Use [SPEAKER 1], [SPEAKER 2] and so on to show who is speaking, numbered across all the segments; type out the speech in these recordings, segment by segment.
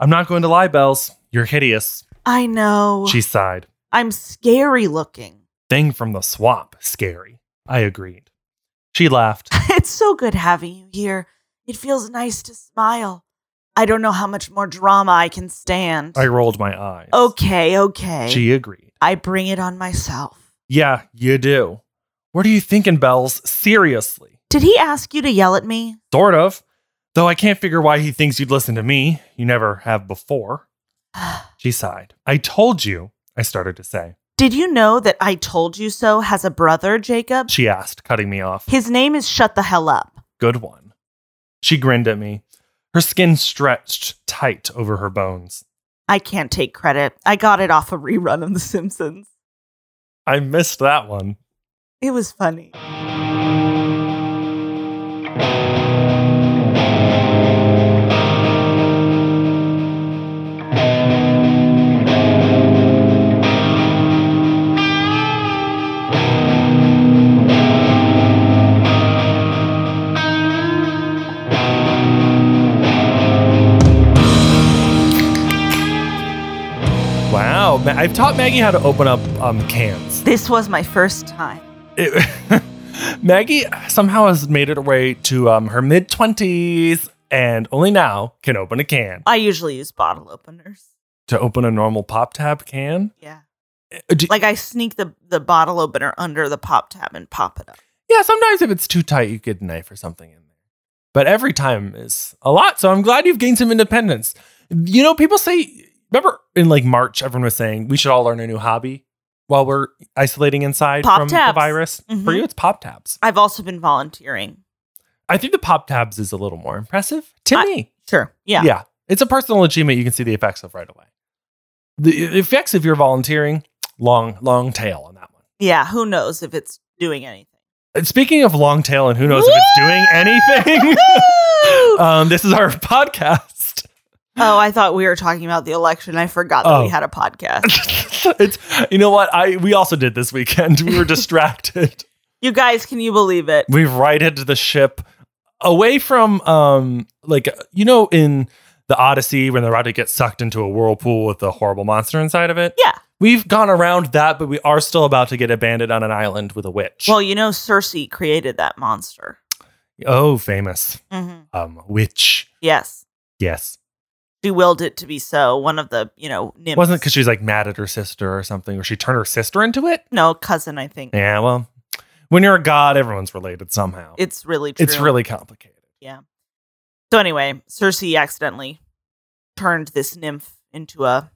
[SPEAKER 1] I'm not going to lie, Bells. You're hideous.
[SPEAKER 2] I know.
[SPEAKER 1] She sighed.
[SPEAKER 2] I'm scary looking.
[SPEAKER 1] Thing from the swamp. Scary. I agreed. She laughed.
[SPEAKER 2] It's so good having you here. It feels nice to smile. I don't know how much more drama I can stand.
[SPEAKER 1] I rolled my eyes.
[SPEAKER 2] okay, okay.
[SPEAKER 1] She agreed.
[SPEAKER 2] I bring it on myself.
[SPEAKER 1] Yeah, you do. What are you thinking, Bells? Seriously.
[SPEAKER 2] Did he ask you to yell at me?
[SPEAKER 1] Sort of. Though I can't figure why he thinks you'd listen to me. You never have before. She sighed. I told you, I started to say.
[SPEAKER 2] Did you know that I told you so has a brother, Jacob?
[SPEAKER 1] She asked, cutting me off.
[SPEAKER 2] His name is Shut the Hell Up.
[SPEAKER 1] Good one. She grinned at me, her skin stretched tight over her bones.
[SPEAKER 2] I can't take credit. I got it off a rerun of The Simpsons.
[SPEAKER 1] I missed that one.
[SPEAKER 2] It was funny.
[SPEAKER 1] Wow. Ma- I've taught Maggie how to open up um, cans.
[SPEAKER 2] This was my first time.
[SPEAKER 1] It- Maggie somehow has made it her way to um, her mid 20s and only now can open a can.
[SPEAKER 2] I usually use bottle openers.
[SPEAKER 1] To open a normal pop tab can?
[SPEAKER 2] Yeah.
[SPEAKER 1] Uh, do-
[SPEAKER 2] Like I sneak the, the bottle opener under the pop tab and pop it up.
[SPEAKER 1] yeah, sometimes if it's too tight, you get a knife or something in there. But every time is a lot. So I'm glad you've gained some independence. You know, people say, remember in like March, everyone was saying we should all learn a new hobby while we're isolating inside
[SPEAKER 2] Pop
[SPEAKER 1] from the
[SPEAKER 2] tabs.
[SPEAKER 1] virus. For
[SPEAKER 2] Mhm.
[SPEAKER 1] you, it's pop tabs.
[SPEAKER 2] I've also been volunteering.
[SPEAKER 1] I think the pop tabs is a little more impressive to
[SPEAKER 2] I-
[SPEAKER 1] me.
[SPEAKER 2] Sure. Yeah.
[SPEAKER 1] yeah. It's a personal achievement you can see the effects of right away. The effects of your volunteering, long, long tail on that one.
[SPEAKER 2] Yeah, Who knows if it's doing anything?
[SPEAKER 1] And Speaking of long tail and who knows if it's doing anything,
[SPEAKER 2] oh,
[SPEAKER 1] um, this is our podcast.
[SPEAKER 2] I thought we were talking about the election. I forgot that
[SPEAKER 1] Oh.
[SPEAKER 2] we had a podcast.
[SPEAKER 1] it's you know what I we also did this weekend. We were distracted.
[SPEAKER 2] You guys, can you believe it?
[SPEAKER 1] we righted the ship away from um like you know in the Odyssey when they're about to get sucked into a whirlpool with the horrible monster inside of it.
[SPEAKER 2] Yeah.
[SPEAKER 1] We've gone around that, but we are still about to get abandoned on an island with a witch.
[SPEAKER 2] Well, you know, Cersei created that monster.
[SPEAKER 1] oh, famous
[SPEAKER 2] hmm
[SPEAKER 1] um witch.
[SPEAKER 2] Yes.
[SPEAKER 1] Yes.
[SPEAKER 2] She willed it to be so. One of the, you know, nymphs.
[SPEAKER 1] Wasn't because she was like mad at her sister or something, or she turned her sister into it?
[SPEAKER 2] No, cousin, I think.
[SPEAKER 1] Yeah, well, when you're a god, everyone's related somehow.
[SPEAKER 2] It's really true.
[SPEAKER 1] It's really complicated.
[SPEAKER 2] So, anyway, Cersei accidentally turned this nymph into a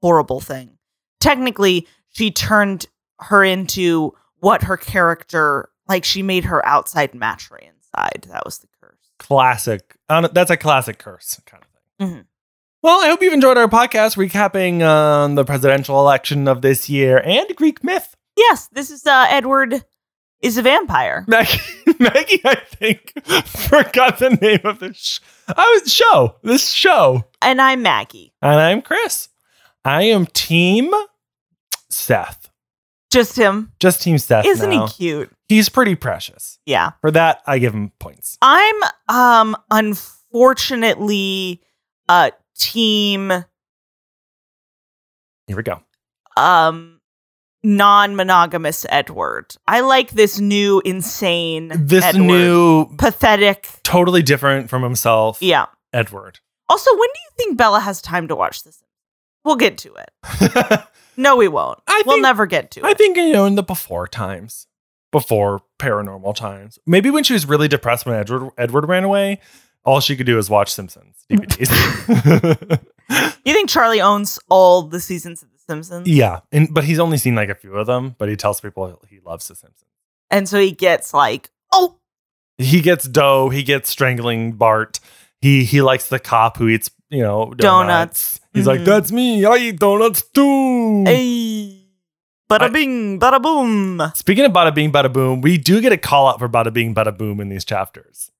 [SPEAKER 2] horrible thing. Technically, she turned her into what her character, like, she made her outside match her inside. That was the curse.
[SPEAKER 1] Classic. on- That's a classic curse kind of thing.
[SPEAKER 2] Mhm.
[SPEAKER 1] Well, I hope you've enjoyed our podcast recapping um, the presidential election of this year and Greek myth.
[SPEAKER 2] Yes, this is uh, Edward is a vampire.
[SPEAKER 1] Maggie, Maggie I think, forgot the name of this sh- I was, show. This show.
[SPEAKER 2] And I'm Maggie.
[SPEAKER 1] And I'm Chris. I am Team Seth.
[SPEAKER 2] Just him.
[SPEAKER 1] Just Team Seth.
[SPEAKER 2] Isn't
[SPEAKER 1] now.
[SPEAKER 2] he cute?
[SPEAKER 1] He's pretty precious.
[SPEAKER 2] Yeah.
[SPEAKER 1] For that, I give him points.
[SPEAKER 2] I'm um unfortunately uh team
[SPEAKER 1] Here we go.
[SPEAKER 2] um non-monogamous Edward. I like this new insane
[SPEAKER 1] This
[SPEAKER 2] Edward.
[SPEAKER 1] new,
[SPEAKER 2] pathetic.
[SPEAKER 1] totally different from himself,
[SPEAKER 2] Yeah.
[SPEAKER 1] Edward.
[SPEAKER 2] Also, when do you think Bella has time to watch this? We'll get to it.
[SPEAKER 1] I
[SPEAKER 2] No, we won't.
[SPEAKER 1] I
[SPEAKER 2] we'll
[SPEAKER 1] think-
[SPEAKER 2] never get to it.
[SPEAKER 1] think, you know, in the before times, before paranormal times, maybe when she was really depressed when Edward, Edward ran away, all she could do is watch Simpsons DVDs.
[SPEAKER 2] you think Charlie owns all the seasons of The Simpsons?
[SPEAKER 1] yeah. And, but he's only seen like a few of them, but he tells people he loves The Simpsons.
[SPEAKER 2] And so he gets like, oh,
[SPEAKER 1] He gets dough, he gets strangling Bart. He he likes the cop who eats, you know, donuts.
[SPEAKER 2] Donuts.
[SPEAKER 1] He's like,
[SPEAKER 2] Mhm.
[SPEAKER 1] that's me. I eat donuts too.
[SPEAKER 2] hey,
[SPEAKER 1] I-
[SPEAKER 2] bada bing, bada boom.
[SPEAKER 1] Speaking of bada bing, bada boom, we do get a call out for bada bing, bada boom in these chapters.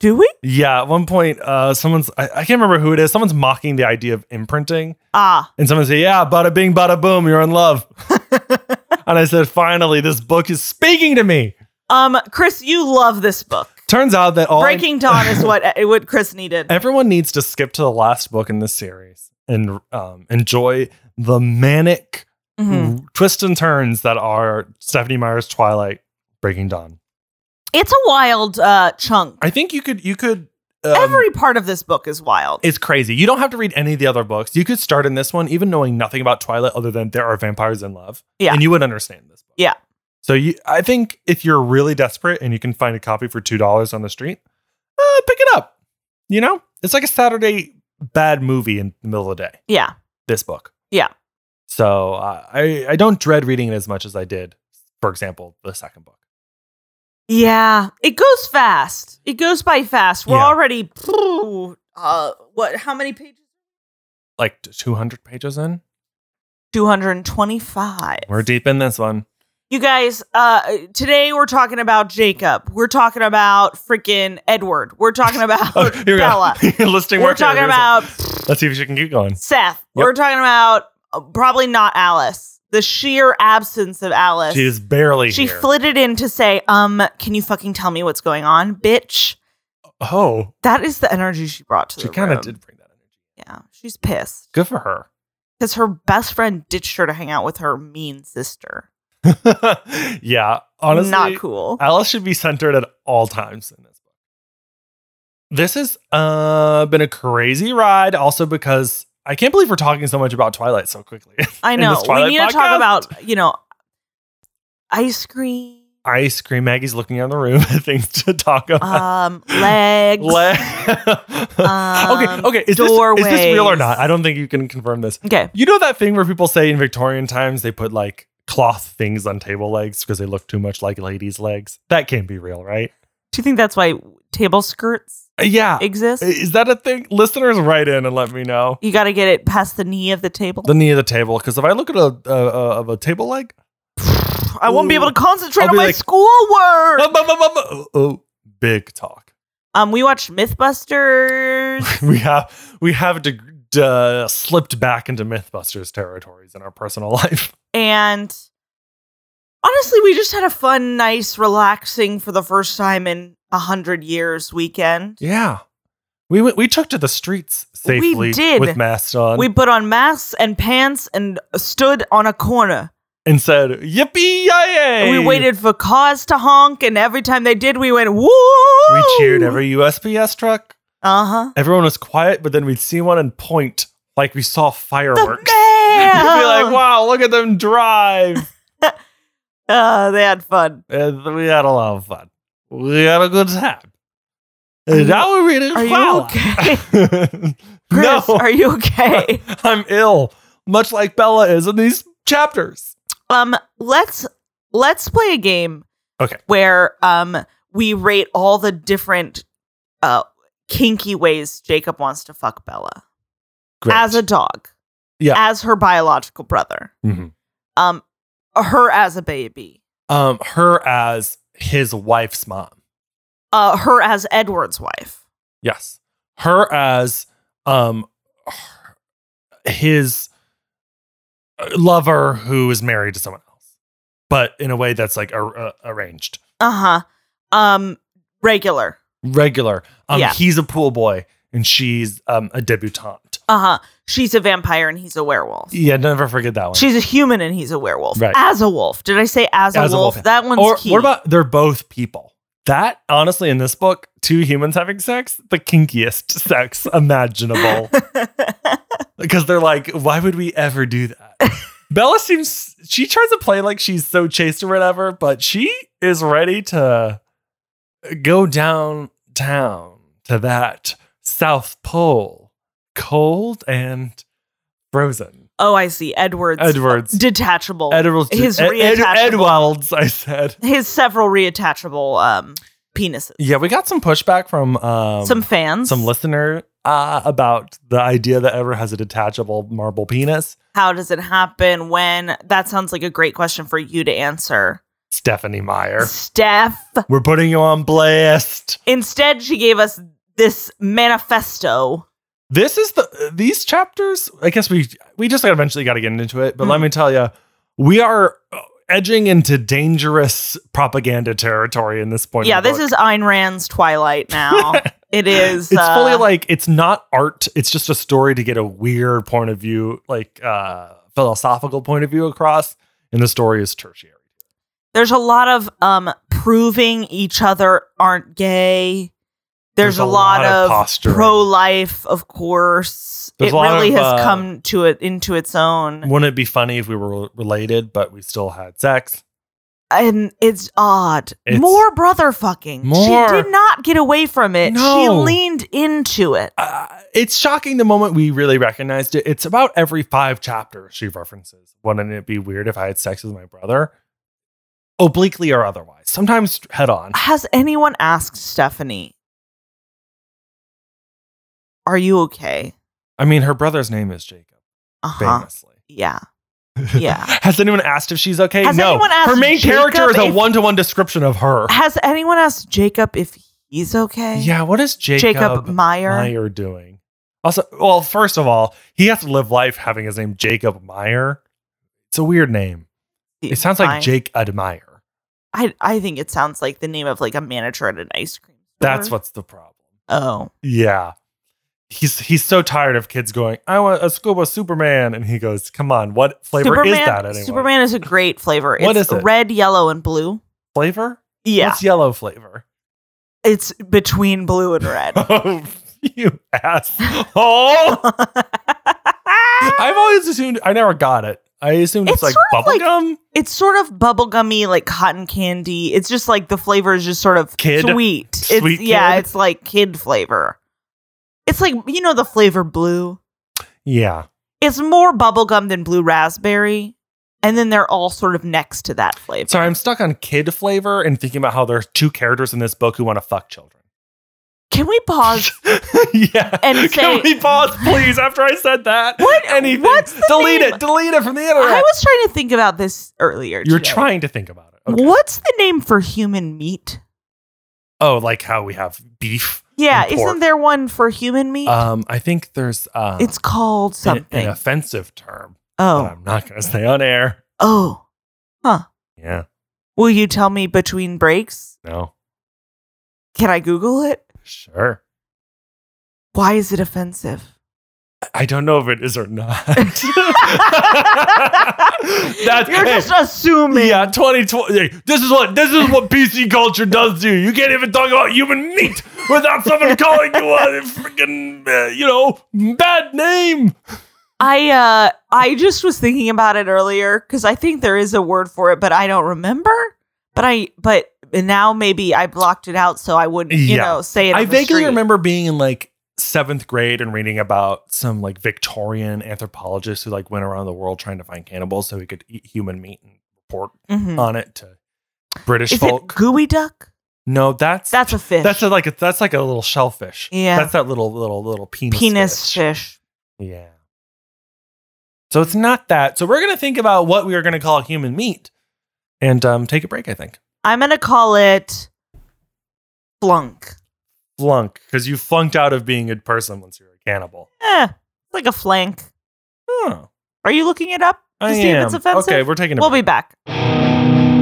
[SPEAKER 2] Do we?
[SPEAKER 1] Yeah, at one point, uh, someone's, I, I can't remember who it is, someone's mocking the idea of imprinting.
[SPEAKER 2] Ah,
[SPEAKER 1] And someone said, Yeah, bada bing, bada boom, you're in love. and I said, Finally, this book is speaking to me.
[SPEAKER 2] Um, Chris, you love this book.
[SPEAKER 1] Turns out that all
[SPEAKER 2] Breaking Dawn is what what Chris needed.
[SPEAKER 1] everyone needs to skip to the last book in this series and um, enjoy the manic mm.
[SPEAKER 2] Mhm.
[SPEAKER 1] twists and turns that are Stephanie Meyer's Twilight Breaking Dawn.
[SPEAKER 2] It's a wild uh, chunk.
[SPEAKER 1] I think you could you could um,
[SPEAKER 2] Every part of this book is wild.
[SPEAKER 1] it's crazy. You don't have to read any of the other books. You could start in this one, even knowing nothing about Twilight other than there are vampires in love.
[SPEAKER 2] Yeah.
[SPEAKER 1] And you would understand this book.
[SPEAKER 2] Yeah.
[SPEAKER 1] So you I think if you're really desperate and you can find a copy for two dollars on the street, uh, pick it up. You know? It's like a Saturday bad movie in the middle of the day,
[SPEAKER 2] yeah.
[SPEAKER 1] this book.
[SPEAKER 2] Yeah.
[SPEAKER 1] So uh, I I don't dread reading it as much as I did, for example, the second book.
[SPEAKER 2] Yeah. It goes fast. It goes by fast. We're
[SPEAKER 1] Yeah.
[SPEAKER 2] already uh what how many pages?
[SPEAKER 1] Like 200 pages in.
[SPEAKER 2] 225.
[SPEAKER 1] We're deep in this one.
[SPEAKER 2] You guys, uh today we're talking about Jacob. We're talking about freaking Edward. We're talking about
[SPEAKER 1] Oh, here we
[SPEAKER 2] Bella.
[SPEAKER 1] go. Listing
[SPEAKER 2] We're
[SPEAKER 1] more
[SPEAKER 2] talking
[SPEAKER 1] characters.
[SPEAKER 2] about
[SPEAKER 1] Let's see if she can keep going.
[SPEAKER 2] Seth. We're talking about uh, probably not Alice. The sheer absence of Alice.
[SPEAKER 1] She is barely
[SPEAKER 2] she
[SPEAKER 1] here.
[SPEAKER 2] flitted in to say, "Um, can you fucking tell me what's going on, bitch?"
[SPEAKER 1] oh,
[SPEAKER 2] That is the energy she brought to
[SPEAKER 1] she
[SPEAKER 2] the
[SPEAKER 1] kind of
[SPEAKER 2] room.
[SPEAKER 1] did bring that energy.
[SPEAKER 2] Yeah, she's pissed
[SPEAKER 1] Good for her.
[SPEAKER 2] because her best friend ditched her to hang out with her mean sister.
[SPEAKER 1] yeah, honestly, uh,
[SPEAKER 2] not cool.
[SPEAKER 1] Alice should be centered at all times in this book. This has uh, been a crazy ride, also because I can't believe we're talking so much about Twilight so quickly.
[SPEAKER 2] I
[SPEAKER 1] in this
[SPEAKER 2] know. We
[SPEAKER 1] Twilight
[SPEAKER 2] need to talk
[SPEAKER 1] podcast.
[SPEAKER 2] about you know ice cream,
[SPEAKER 1] Ice cream. Maggie's looking around the room at things to talk about.
[SPEAKER 2] um, legs.
[SPEAKER 1] Le- okay,
[SPEAKER 2] Um,
[SPEAKER 1] okay. Is this, is this real or
[SPEAKER 2] doorways.
[SPEAKER 1] not? I don't think you can confirm this.
[SPEAKER 2] okay,
[SPEAKER 1] You know that thing where people say in Victorian times they put like cloth things on table legs because they look too much like ladies' legs? That can't be real, right?
[SPEAKER 2] do you think that's why table skirts
[SPEAKER 1] Uh, Yeah.
[SPEAKER 2] exist?
[SPEAKER 1] Is that a thing? Listeners, write in and let me know.
[SPEAKER 2] You got to get it past the knee of the table.
[SPEAKER 1] The knee of the table, because if I look at a, a, a of a table leg,
[SPEAKER 2] I won't be
[SPEAKER 1] Ooh.
[SPEAKER 2] able to concentrate
[SPEAKER 1] I'll
[SPEAKER 2] on
[SPEAKER 1] be
[SPEAKER 2] my
[SPEAKER 1] like-
[SPEAKER 2] schoolwork.
[SPEAKER 1] oh, oh, oh, oh, oh, big talk.
[SPEAKER 2] Um, we watched MythBusters.
[SPEAKER 1] We have we have to, uh, slipped back into MythBusters territories in our personal life.
[SPEAKER 2] and honestly we just had a fun nice relaxing for the first time in a hundred years weekend
[SPEAKER 1] Yeah, we went, we took to the streets
[SPEAKER 2] We
[SPEAKER 1] safely
[SPEAKER 2] did.
[SPEAKER 1] with masks on
[SPEAKER 2] we put on masks and pants and stood on a corner
[SPEAKER 1] and said yippee yay.
[SPEAKER 2] and we waited for cars to honk and every time they did we went woo
[SPEAKER 1] We cheered every USPS truck.
[SPEAKER 2] uh-huh
[SPEAKER 1] Everyone was quiet, but then we'd see one and point like we saw
[SPEAKER 2] the
[SPEAKER 1] fireworks.
[SPEAKER 2] mail!
[SPEAKER 1] We'd be like, wow, look at them drive.
[SPEAKER 2] Oh, they had fun
[SPEAKER 1] and we had a lot of fun. We had a good time. And
[SPEAKER 2] Are
[SPEAKER 1] now we're reading
[SPEAKER 2] are you
[SPEAKER 1] Twilight.
[SPEAKER 2] Chris,
[SPEAKER 1] no,
[SPEAKER 2] are you okay
[SPEAKER 1] I'm ill, much like Bella is in these chapters.
[SPEAKER 2] um let's let's play a game
[SPEAKER 1] Okay.
[SPEAKER 2] where um we rate all the different uh kinky ways jacob wants to fuck bella
[SPEAKER 1] Great.
[SPEAKER 2] as a dog
[SPEAKER 1] Yeah.
[SPEAKER 2] as her biological brother
[SPEAKER 1] Mhm.
[SPEAKER 2] um her as a baby
[SPEAKER 1] um, her as his wife's mom.
[SPEAKER 2] uh her as edward's wife
[SPEAKER 1] Yes, her as um, her- his uh, lover who is married to someone else, but in a way that's like ar- uh, arranged.
[SPEAKER 2] uh-huh um regular
[SPEAKER 1] regular. Um,
[SPEAKER 2] Yeah.
[SPEAKER 1] he's a pool boy and she's um a debutante.
[SPEAKER 2] uh-huh she's a vampire and he's a werewolf
[SPEAKER 1] Yeah, never forget that one.
[SPEAKER 2] she's a human and he's a werewolf
[SPEAKER 1] Right.
[SPEAKER 2] as a wolf did i say as, a,
[SPEAKER 1] As a
[SPEAKER 2] wolf?
[SPEAKER 1] wolf.
[SPEAKER 2] that one's
[SPEAKER 1] or
[SPEAKER 2] key
[SPEAKER 1] what about they're both people? That honestly, in this book, two humans having sex, the kinkiest sex imaginable, because they're like, why would we ever do that? Bella seems she tries to play like she's so chaste or whatever, but she is ready to go downtown to that South Pole, cold and frozen.
[SPEAKER 2] oh i see edward's
[SPEAKER 1] Edwards.
[SPEAKER 2] detachable
[SPEAKER 1] Edwards.
[SPEAKER 2] His
[SPEAKER 1] Ed- Ed-
[SPEAKER 2] reattachable-
[SPEAKER 1] Edwards, I said.
[SPEAKER 2] his several reattachable um penises
[SPEAKER 1] Yeah, we got some pushback from um,
[SPEAKER 2] some fans
[SPEAKER 1] some listener uh, about the idea that Edward has a detachable marble penis.
[SPEAKER 2] how does it happen when that sounds like a great question for you to answer
[SPEAKER 1] Stephanie Meyer.
[SPEAKER 2] steph
[SPEAKER 1] We're putting you on blast.
[SPEAKER 2] instead she gave us this manifesto
[SPEAKER 1] This is the these
[SPEAKER 2] Hmm.
[SPEAKER 1] chapters. I guess we we just got eventually got to get into it, but let
[SPEAKER 2] Mm.
[SPEAKER 1] me tell you, we are uh, edging into dangerous propaganda territory in this point.
[SPEAKER 2] yeah, this is Ayn Rand's Twilight now. it is.
[SPEAKER 1] It's
[SPEAKER 2] uh,
[SPEAKER 1] fully like it's not art. It's just a story to get a weird point of view, like uh, philosophical point of view across. And the story is tertiary.
[SPEAKER 2] there's a lot of um proving each other aren't gay. There's, a, lot, of
[SPEAKER 1] posturing.
[SPEAKER 2] pro life, of course.
[SPEAKER 1] There's
[SPEAKER 2] it
[SPEAKER 1] a lot of,
[SPEAKER 2] really has
[SPEAKER 1] uh,
[SPEAKER 2] come to it into its own,
[SPEAKER 1] Wouldn't it be funny if we were related, but we still had sex?
[SPEAKER 2] and it's odd.
[SPEAKER 1] It's-
[SPEAKER 2] more brother fucking.
[SPEAKER 1] More.
[SPEAKER 2] She did not get away from it. She
[SPEAKER 1] No.
[SPEAKER 2] leaned into it.
[SPEAKER 1] Uh, it's shocking the moment we really recognized it. It's about every five chapters she references. Wouldn't it be weird if I had sex with my brother? Obliquely or otherwise, sometimes head on.
[SPEAKER 2] Has anyone asked Stephanie? Are you okay?
[SPEAKER 1] I mean, her brother's name is Jacob,
[SPEAKER 2] Uh huh.
[SPEAKER 1] famously.
[SPEAKER 2] Yeah. Yeah.
[SPEAKER 1] Has anyone asked if she's okay?
[SPEAKER 2] Has
[SPEAKER 1] no.
[SPEAKER 2] anyone asked
[SPEAKER 1] her main character
[SPEAKER 2] Jacob
[SPEAKER 1] is a
[SPEAKER 2] if-
[SPEAKER 1] one to one description of her.
[SPEAKER 2] Has anyone asked Jacob if he's okay?
[SPEAKER 1] Yeah, what is Jacob,
[SPEAKER 2] Jacob Meyer.
[SPEAKER 1] Meyer doing? Also, well, first of all, he has to live life having his name Jacob Meyer. It's a weird name. It sounds like
[SPEAKER 2] Meyer.
[SPEAKER 1] Jake Admire.
[SPEAKER 2] I I think it sounds like the name of like a manager at an ice cream. store.
[SPEAKER 1] That's what's the problem.
[SPEAKER 2] Oh,
[SPEAKER 1] Yeah. He's he's so tired of kids going, I want a school bus Superman. And he goes, Come on, what flavor
[SPEAKER 2] Superman.
[SPEAKER 1] is that anyway?
[SPEAKER 2] Superman is a great flavor.
[SPEAKER 1] What
[SPEAKER 2] it's
[SPEAKER 1] is it?
[SPEAKER 2] Red, yellow, and blue.
[SPEAKER 1] Flavor?
[SPEAKER 2] Yeah,
[SPEAKER 1] What's yellow flavor?
[SPEAKER 2] it's between blue and red.
[SPEAKER 1] Oh, you asshole. I've always assumed I never got it. I assumed it's,
[SPEAKER 2] It's
[SPEAKER 1] like
[SPEAKER 2] sort of like-
[SPEAKER 1] bubblegum.
[SPEAKER 2] it's sort of bubblegummy, like cotton candy. It's just like the flavor is just sort of
[SPEAKER 1] Kid?
[SPEAKER 2] sweet.
[SPEAKER 1] Sweet
[SPEAKER 2] it's, Yeah,
[SPEAKER 1] kid?
[SPEAKER 2] it's like kid flavor. It's like you know the flavor blue.
[SPEAKER 1] yeah.
[SPEAKER 2] It's more bubblegum than blue raspberry, and then they're all sort of next to that flavor.
[SPEAKER 1] Sorry, I'm stuck on kid flavor and thinking about how there are two characters in this book who want to fuck children.
[SPEAKER 2] Can we pause?
[SPEAKER 1] yeah.
[SPEAKER 2] And say-
[SPEAKER 1] Can we pause, please, after I said that?
[SPEAKER 2] What-
[SPEAKER 1] Anything.
[SPEAKER 2] what's the
[SPEAKER 1] delete
[SPEAKER 2] name?
[SPEAKER 1] it. Delete it from the
[SPEAKER 2] I
[SPEAKER 1] internet.
[SPEAKER 2] was trying to think about this earlier.
[SPEAKER 1] You're
[SPEAKER 2] today.
[SPEAKER 1] trying to think about it. Okay.
[SPEAKER 2] What's the name for human meat?
[SPEAKER 1] Oh, like how we have beef.
[SPEAKER 2] Yeah,
[SPEAKER 1] And pork.
[SPEAKER 2] isn't there one for human meat?
[SPEAKER 1] Um, I think there's uh,
[SPEAKER 2] it's called
[SPEAKER 1] an-
[SPEAKER 2] something.
[SPEAKER 1] An, offensive term
[SPEAKER 2] oh,
[SPEAKER 1] that I'm not going to say on air.
[SPEAKER 2] oh.
[SPEAKER 1] Yeah.
[SPEAKER 2] Will you tell me between breaks?
[SPEAKER 1] No.
[SPEAKER 2] Can I Google it?
[SPEAKER 1] Sure.
[SPEAKER 2] Why is it offensive?
[SPEAKER 1] I don't know if it is or not. That's
[SPEAKER 2] You're
[SPEAKER 1] hey,
[SPEAKER 2] just assuming.
[SPEAKER 1] yeah, 2020. hey, This is what this is what PC culture does to you. You can't even talk about human meat without someone calling you a freaking uh, you know bad name.
[SPEAKER 2] I uh, I just was thinking about it earlier because I think there is a word for it, but I don't remember. But I but now maybe I blocked it out so I wouldn't you
[SPEAKER 1] Yeah.
[SPEAKER 2] know say it.
[SPEAKER 1] I
[SPEAKER 2] on the
[SPEAKER 1] vaguely
[SPEAKER 2] street.
[SPEAKER 1] remember being in like seventh grade and reading about some like Victorian anthropologist who like went around the world trying to find cannibals so he could eat human meat and report
[SPEAKER 2] Mhm.
[SPEAKER 1] on it to British
[SPEAKER 2] Is it
[SPEAKER 1] folk.
[SPEAKER 2] gooey duck?
[SPEAKER 1] no, that's
[SPEAKER 2] That's a fish.
[SPEAKER 1] That's a, like a, that's like a little shellfish.
[SPEAKER 2] Yeah.
[SPEAKER 1] that's that little little little penis
[SPEAKER 2] penis fish.
[SPEAKER 1] Yeah. So it's not that. So we're gonna think about what we are gonna call human meat, and um, take a break. I think
[SPEAKER 2] I'm gonna call it flunk.
[SPEAKER 1] flunk because you flunked out of being a person once you're a cannibal.
[SPEAKER 2] Eh, like a flank.
[SPEAKER 1] Oh,
[SPEAKER 2] Are you looking it up to
[SPEAKER 1] I
[SPEAKER 2] see
[SPEAKER 1] am.
[SPEAKER 2] if it's offensive?
[SPEAKER 1] Okay, we're taking. A
[SPEAKER 2] we'll be
[SPEAKER 1] break.
[SPEAKER 2] back.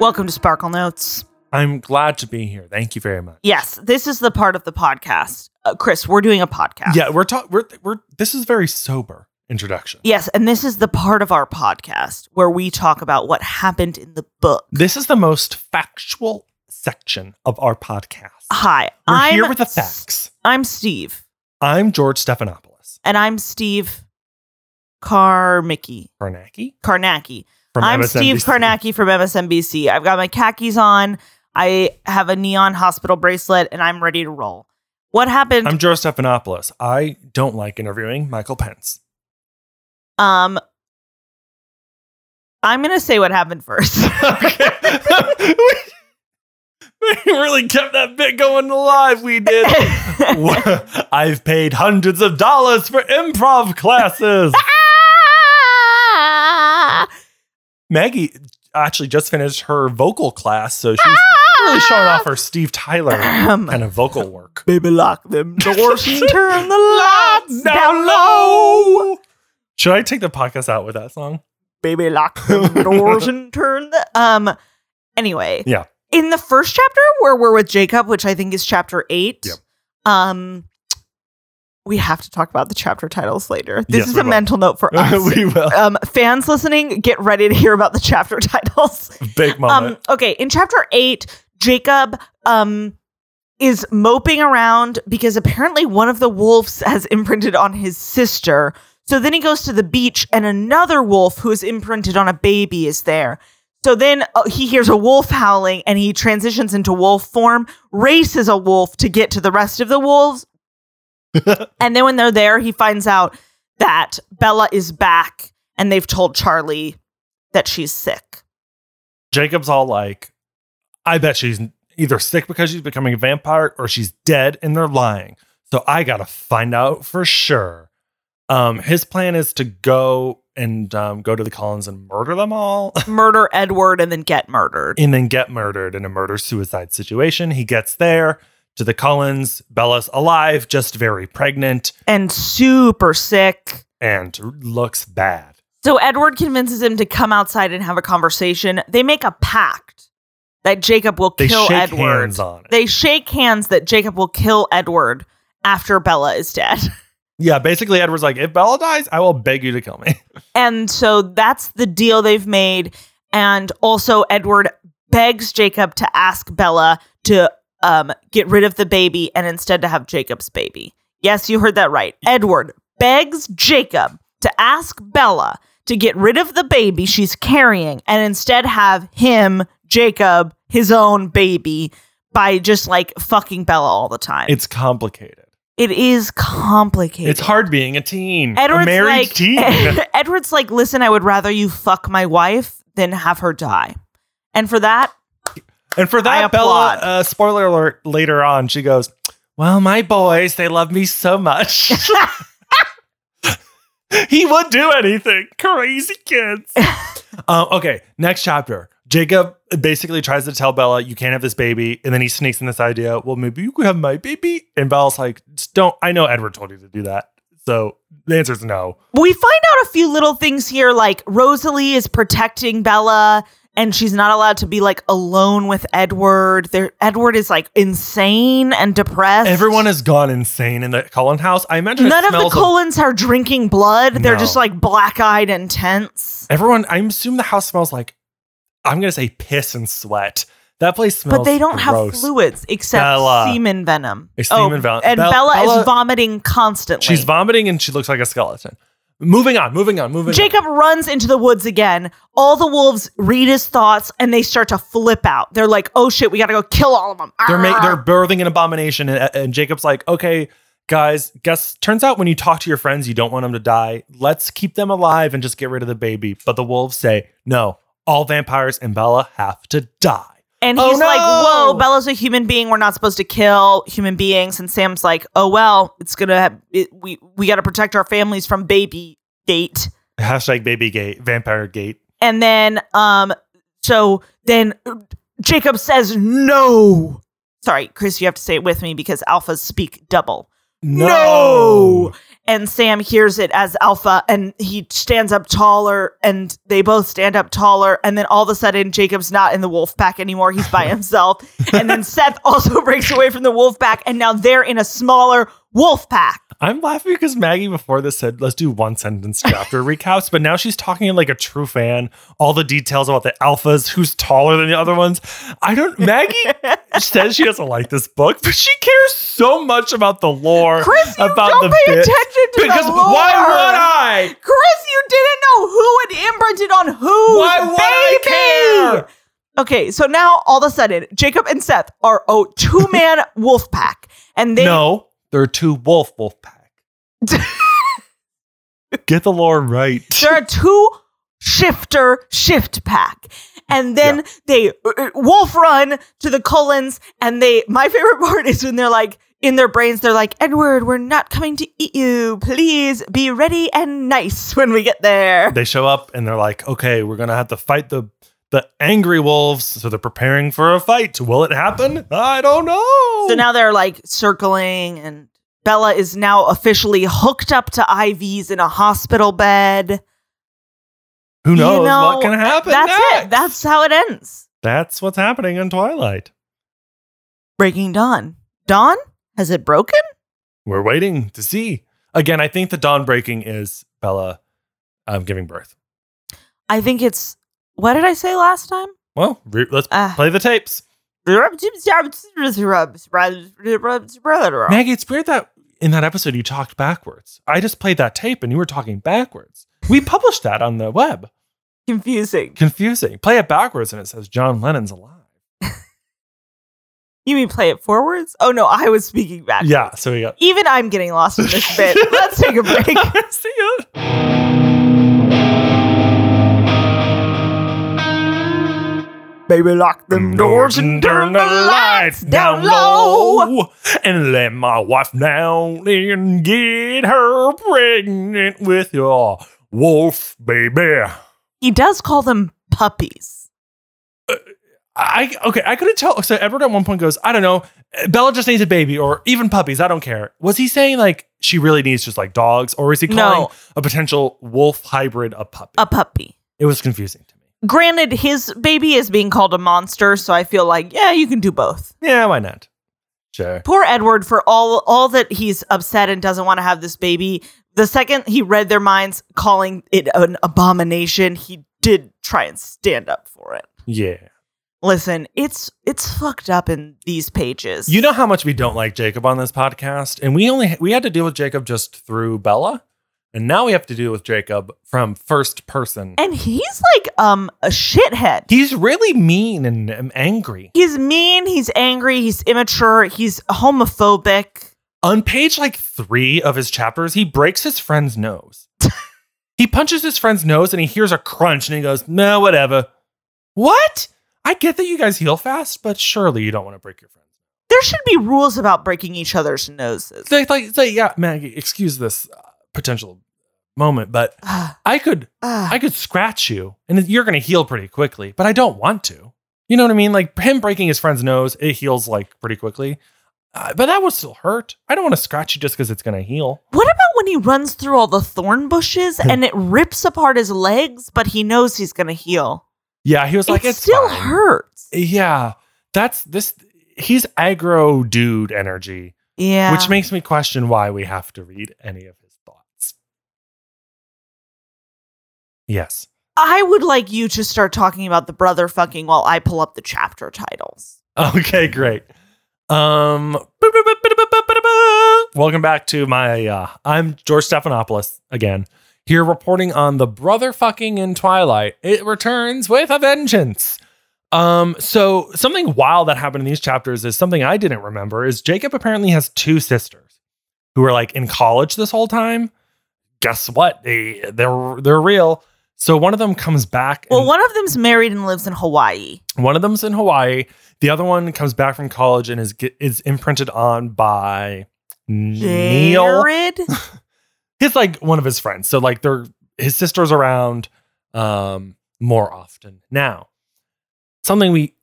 [SPEAKER 2] Welcome to Sparkle Notes.
[SPEAKER 1] I'm glad to be here. Thank you very much.
[SPEAKER 2] Yes, this is the part of the podcast, uh, Chris. We're doing a podcast.
[SPEAKER 1] Yeah, we're talking. We're we're. This is very sober introduction.
[SPEAKER 2] Yes, and this is the part of our podcast where we talk about what happened in the book.
[SPEAKER 1] This is the most factual section of our podcast.
[SPEAKER 2] Hi,
[SPEAKER 1] We're
[SPEAKER 2] Uh, I'm
[SPEAKER 1] here with the
[SPEAKER 2] S-
[SPEAKER 1] facts.
[SPEAKER 2] I'm Steve.
[SPEAKER 1] I'm George Stephanopoulos.
[SPEAKER 2] and I'm Steve Carmicky.
[SPEAKER 1] Karnacki
[SPEAKER 2] Karnacki.
[SPEAKER 1] from
[SPEAKER 2] I'm
[SPEAKER 1] MSNBC.
[SPEAKER 2] Steve Karnacki from MSNBC. I've got my khakis on. I have a neon hospital bracelet, and I'm ready to roll. What happened?
[SPEAKER 1] I'm Joe Stephanopoulos. I don't like interviewing Michael Pence.
[SPEAKER 2] um, I'm gonna say what happened first.
[SPEAKER 1] okay. we, we really kept that bit going alive. We did. Wha- I've paid hundreds of dollars for improv classes. Maggie actually just finished her vocal class, so she's really
[SPEAKER 2] Ah!
[SPEAKER 1] showing off her Steve Tyler
[SPEAKER 2] Ahem.
[SPEAKER 1] kind of vocal work.
[SPEAKER 2] Baby, lock them doors and turn the lights down low.
[SPEAKER 1] low. Should I take the podcast out with that song?
[SPEAKER 2] baby lock the doors and turn the um anyway
[SPEAKER 1] Yeah.
[SPEAKER 2] in the first chapter where we're with jacob which i think is chapter eight
[SPEAKER 1] Yep.
[SPEAKER 2] um we have to talk about the chapter titles later this
[SPEAKER 1] Yes,
[SPEAKER 2] is
[SPEAKER 1] we
[SPEAKER 2] a
[SPEAKER 1] will.
[SPEAKER 2] mental note for us
[SPEAKER 1] we will.
[SPEAKER 2] um fans listening get ready to hear about the chapter titles
[SPEAKER 1] Big
[SPEAKER 2] um
[SPEAKER 1] moment.
[SPEAKER 2] okay in chapter eight jacob um is moping around because apparently one of the wolves has imprinted on his sister so then he goes to the beach and another wolf who is imprinted on a baby is there so then uh, he hears a wolf howling and he transitions into wolf form races a wolf to get to the rest of the wolves and then when they're there he finds out that bella is back and they've told charlie that she's sick
[SPEAKER 1] Jacob's all like, I bet she's either sick because she's becoming a vampire or she's dead and they're lying. So I got to find out for sure. Um, his plan is to go and um, go to the Collins and murder them all
[SPEAKER 2] murder Edward and then get murdered.
[SPEAKER 1] and then get murdered in a murder suicide situation. He gets there to the Collins. Bella's alive, just very pregnant,
[SPEAKER 2] And super sick.
[SPEAKER 1] and looks bad.
[SPEAKER 2] So Edward convinces him to come outside and have a conversation. They make a pact that Jacob will
[SPEAKER 1] They
[SPEAKER 2] kill
[SPEAKER 1] shake
[SPEAKER 2] Edward.
[SPEAKER 1] hands on it.
[SPEAKER 2] They shake hands that Jacob will kill Edward after Bella is dead.
[SPEAKER 1] yeah, basically, Edward's like, if Bella dies, I will beg you to kill me.
[SPEAKER 2] And so that's the deal they've made. And also, Edward begs Jacob to ask Bella to um, get rid of the baby and instead to have Jacob's baby. Yes, you heard that right. Edward begs Jacob to ask Bella to get rid of the baby she's carrying and instead have him, Jacob, his own baby, by just like fucking Bella all the time.
[SPEAKER 1] it's complicated.
[SPEAKER 2] it is complicated.
[SPEAKER 1] It's hard being a teen. a
[SPEAKER 2] Edward's
[SPEAKER 1] married
[SPEAKER 2] like,
[SPEAKER 1] teen.
[SPEAKER 2] Edward's like, listen, I would rather you fuck my wife than have her die. And for that,
[SPEAKER 1] and for
[SPEAKER 2] I
[SPEAKER 1] that, Bella,
[SPEAKER 2] applaud.
[SPEAKER 1] uh, spoiler alert, later on, she goes, Well, my boys, they love me so much. he would do anything. Crazy kids. um, okay, next chapter. Jacob basically tries to tell Bella, You can't have this baby. And then he sneaks in this idea, Well, maybe you could have my baby. And Bella's like, "Just Don't, I know Edward told you to do that. So the answer is no.
[SPEAKER 2] we find out a few little things here. Like Rosalie is protecting Bella and she's not allowed to be like alone with Edward. There, Edward is like insane and depressed.
[SPEAKER 1] Everyone has gone insane in the Cullen house. I imagine it
[SPEAKER 2] None of the
[SPEAKER 1] smells
[SPEAKER 2] Colons are drinking blood. They're
[SPEAKER 1] No.
[SPEAKER 2] just like black eyed and tense.
[SPEAKER 1] Everyone, I assume the house smells like I'm gonna say piss and sweat. That place smells.
[SPEAKER 2] But they don't
[SPEAKER 1] gross.
[SPEAKER 2] have fluids except
[SPEAKER 1] Bella.
[SPEAKER 2] semen venom.
[SPEAKER 1] It's
[SPEAKER 2] Oh,
[SPEAKER 1] semen vel-
[SPEAKER 2] And
[SPEAKER 1] Bel-
[SPEAKER 2] Bella,
[SPEAKER 1] Bella-
[SPEAKER 2] is vomiting constantly.
[SPEAKER 1] She's vomiting and she looks like a skeleton. Moving on, moving on, moving. on.
[SPEAKER 2] Jacob runs into the woods again. All the wolves read his thoughts and they start to flip out. They're like, "Oh shit, we got to go kill all of them."
[SPEAKER 1] They're ma-
[SPEAKER 2] Ah.
[SPEAKER 1] they're birthing an abomination, and, and Jacob's like, okay, guys, guess. Turns out when you talk to your friends, you don't want them to die. Let's keep them alive and just get rid of the baby. But the wolves say, no, all vampires and Bella have to die.
[SPEAKER 2] and
[SPEAKER 1] Oh,
[SPEAKER 2] he's like,
[SPEAKER 1] no.
[SPEAKER 2] "Whoa, Bella's a human being. We're not supposed to kill human beings." And Sam's like, "Oh well, it's gonna have it, we we got to protect our families from baby gate."
[SPEAKER 1] Hashtag baby gate, vampire gate.
[SPEAKER 2] And then, um, so then uh, Jacob says, "No." Sorry, Chris, you have to say it with me because alphas speak double. No. And Sam hears it as Alpha and he stands up taller and they both stand up taller. And then all of a sudden, Jacob's not in the wolf pack anymore. He's by himself. and then Seth also breaks away from the wolf pack and now they're in a smaller wolf pack.
[SPEAKER 1] I'm laughing because Maggie before this said, let's do one sentence chapter recaps, but now she's talking like a true fan. All the details about the alphas, who's taller than the other ones. I don't, Maggie says she doesn't like this book, but she cares so much about the lore.
[SPEAKER 2] Chris, you
[SPEAKER 1] about
[SPEAKER 2] don't
[SPEAKER 1] the
[SPEAKER 2] pay
[SPEAKER 1] bit-
[SPEAKER 2] attention to
[SPEAKER 1] Because
[SPEAKER 2] the lore.
[SPEAKER 1] why would I?
[SPEAKER 2] Chris, you didn't know who had imprinted on who.
[SPEAKER 1] Why would I care?
[SPEAKER 2] Okay, so now all of a sudden, Jacob and Seth are a two man wolf pack. And they
[SPEAKER 1] no, they're two wolf wolf pack. Get the lore right.
[SPEAKER 2] They're a two shifter shift pack. And then they uh, uh, wolf run to the Cullens. And they, my favorite part is when they're like, in their brains, they're like, Edward, we're not coming to eat you. Please be ready and nice when we get there.
[SPEAKER 1] they show up and they're like, okay, we're gonna have to fight the the angry wolves. So they're preparing for a fight. Will it happen? I don't know.
[SPEAKER 2] So now they're like circling and Bella is now officially hooked up to IVs in a hospital bed.
[SPEAKER 1] Who
[SPEAKER 2] You
[SPEAKER 1] knows
[SPEAKER 2] know,
[SPEAKER 1] what can happen?
[SPEAKER 2] That's
[SPEAKER 1] next?
[SPEAKER 2] it. That's how it ends.
[SPEAKER 1] that's what's happening in Twilight.
[SPEAKER 2] Breaking Dawn. Dawn? Has it broken?
[SPEAKER 1] We're waiting to see. Again, I think the dawn breaking is Bella um, giving birth.
[SPEAKER 2] I think it's. What did I say last time?
[SPEAKER 1] Well, re- let's
[SPEAKER 2] Uh,
[SPEAKER 1] play the tapes. Maggie, it's weird that in that episode you talked backwards. I just played that tape and you were talking backwards. We published that on the web.
[SPEAKER 2] Confusing.
[SPEAKER 1] Confusing. Play it backwards and it says John Lennon's alive.
[SPEAKER 2] You mean play it forwards? Oh no, I was speaking back.
[SPEAKER 1] Yeah, so we got.
[SPEAKER 2] Even I'm getting lost in this bit. Let's take a break.
[SPEAKER 1] see ya.
[SPEAKER 2] Baby, lock
[SPEAKER 1] them doors and turn the lights down low and let my wife down and get her pregnant with your wolf baby.
[SPEAKER 2] He does call them puppies.
[SPEAKER 1] I okay, I couldn't tell. So Edward at one point goes, I don't know, Bella just needs a baby or even puppies. I don't care. Was he saying like she really needs just like dogs, or is he calling
[SPEAKER 2] No,
[SPEAKER 1] a potential wolf hybrid a puppy?
[SPEAKER 2] a puppy.
[SPEAKER 1] it was confusing to me.
[SPEAKER 2] Granted, his baby is being called a monster, so I feel like yeah, you can do both.
[SPEAKER 1] Yeah, why not? Sure.
[SPEAKER 2] Poor Edward for all all that he's upset and doesn't want to have this baby. The second he read their minds calling it an abomination, he did try and stand up for it.
[SPEAKER 1] Yeah.
[SPEAKER 2] Listen, it's it's fucked up in these pages.
[SPEAKER 1] You know how much we don't like Jacob on this podcast, and we only we had to deal with Jacob just through Bella, and now we have to deal with Jacob from first person.
[SPEAKER 2] and he's like um a shithead.
[SPEAKER 1] He's really mean and, and angry.
[SPEAKER 2] He's mean, he's angry, he's immature, he's homophobic.
[SPEAKER 1] On page like three of his chapters, he breaks his friend's nose. he punches his friend's nose, and he hears a crunch, and he goes, "No, whatever." What? I get that you guys heal fast, but surely you don't want to break your friend's.
[SPEAKER 2] There should be rules about breaking each other's noses.
[SPEAKER 1] It's like, like, it's like, yeah, Maggie, excuse this uh, potential moment, but
[SPEAKER 2] Ah,
[SPEAKER 1] I could
[SPEAKER 2] ah.
[SPEAKER 1] I could scratch you and you're going to heal pretty quickly, but I don't want to. You know what I mean? Like him breaking his friend's nose, it heals like pretty quickly. Uh, but that would still hurt. I don't want to scratch you just because it's going to heal.
[SPEAKER 2] What about when he runs through all the thorn bushes and it rips apart his legs, but he knows he's going to heal?
[SPEAKER 1] Yeah, he was like,
[SPEAKER 2] it
[SPEAKER 1] it's
[SPEAKER 2] still
[SPEAKER 1] fine."
[SPEAKER 2] hurts.
[SPEAKER 1] Yeah, that's this. He's aggro dude energy,
[SPEAKER 2] Yeah.
[SPEAKER 1] which makes me question why we have to read any of his thoughts. Yes.
[SPEAKER 2] I would like you to start talking about the brother fucking while I pull up the chapter titles.
[SPEAKER 1] Okay, great. Um, welcome back to my. Uh, I'm George Stephanopoulos again. Here, reporting on the brother fucking in Twilight. It returns with a vengeance. Um, so something wild that happened in these chapters is something I didn't remember. Is Jacob apparently has two sisters who were like in college this whole time? Guess what? They they're they're real. So one of them comes back.
[SPEAKER 2] Well,
[SPEAKER 1] and-
[SPEAKER 2] one of them's married and lives in Hawaii.
[SPEAKER 1] one of them's in Hawaii. The other one comes back from college and is get, is imprinted on by Neil.
[SPEAKER 2] Jared?
[SPEAKER 1] He's like one of his friends. So like they're his sister's around um more often. Now, something we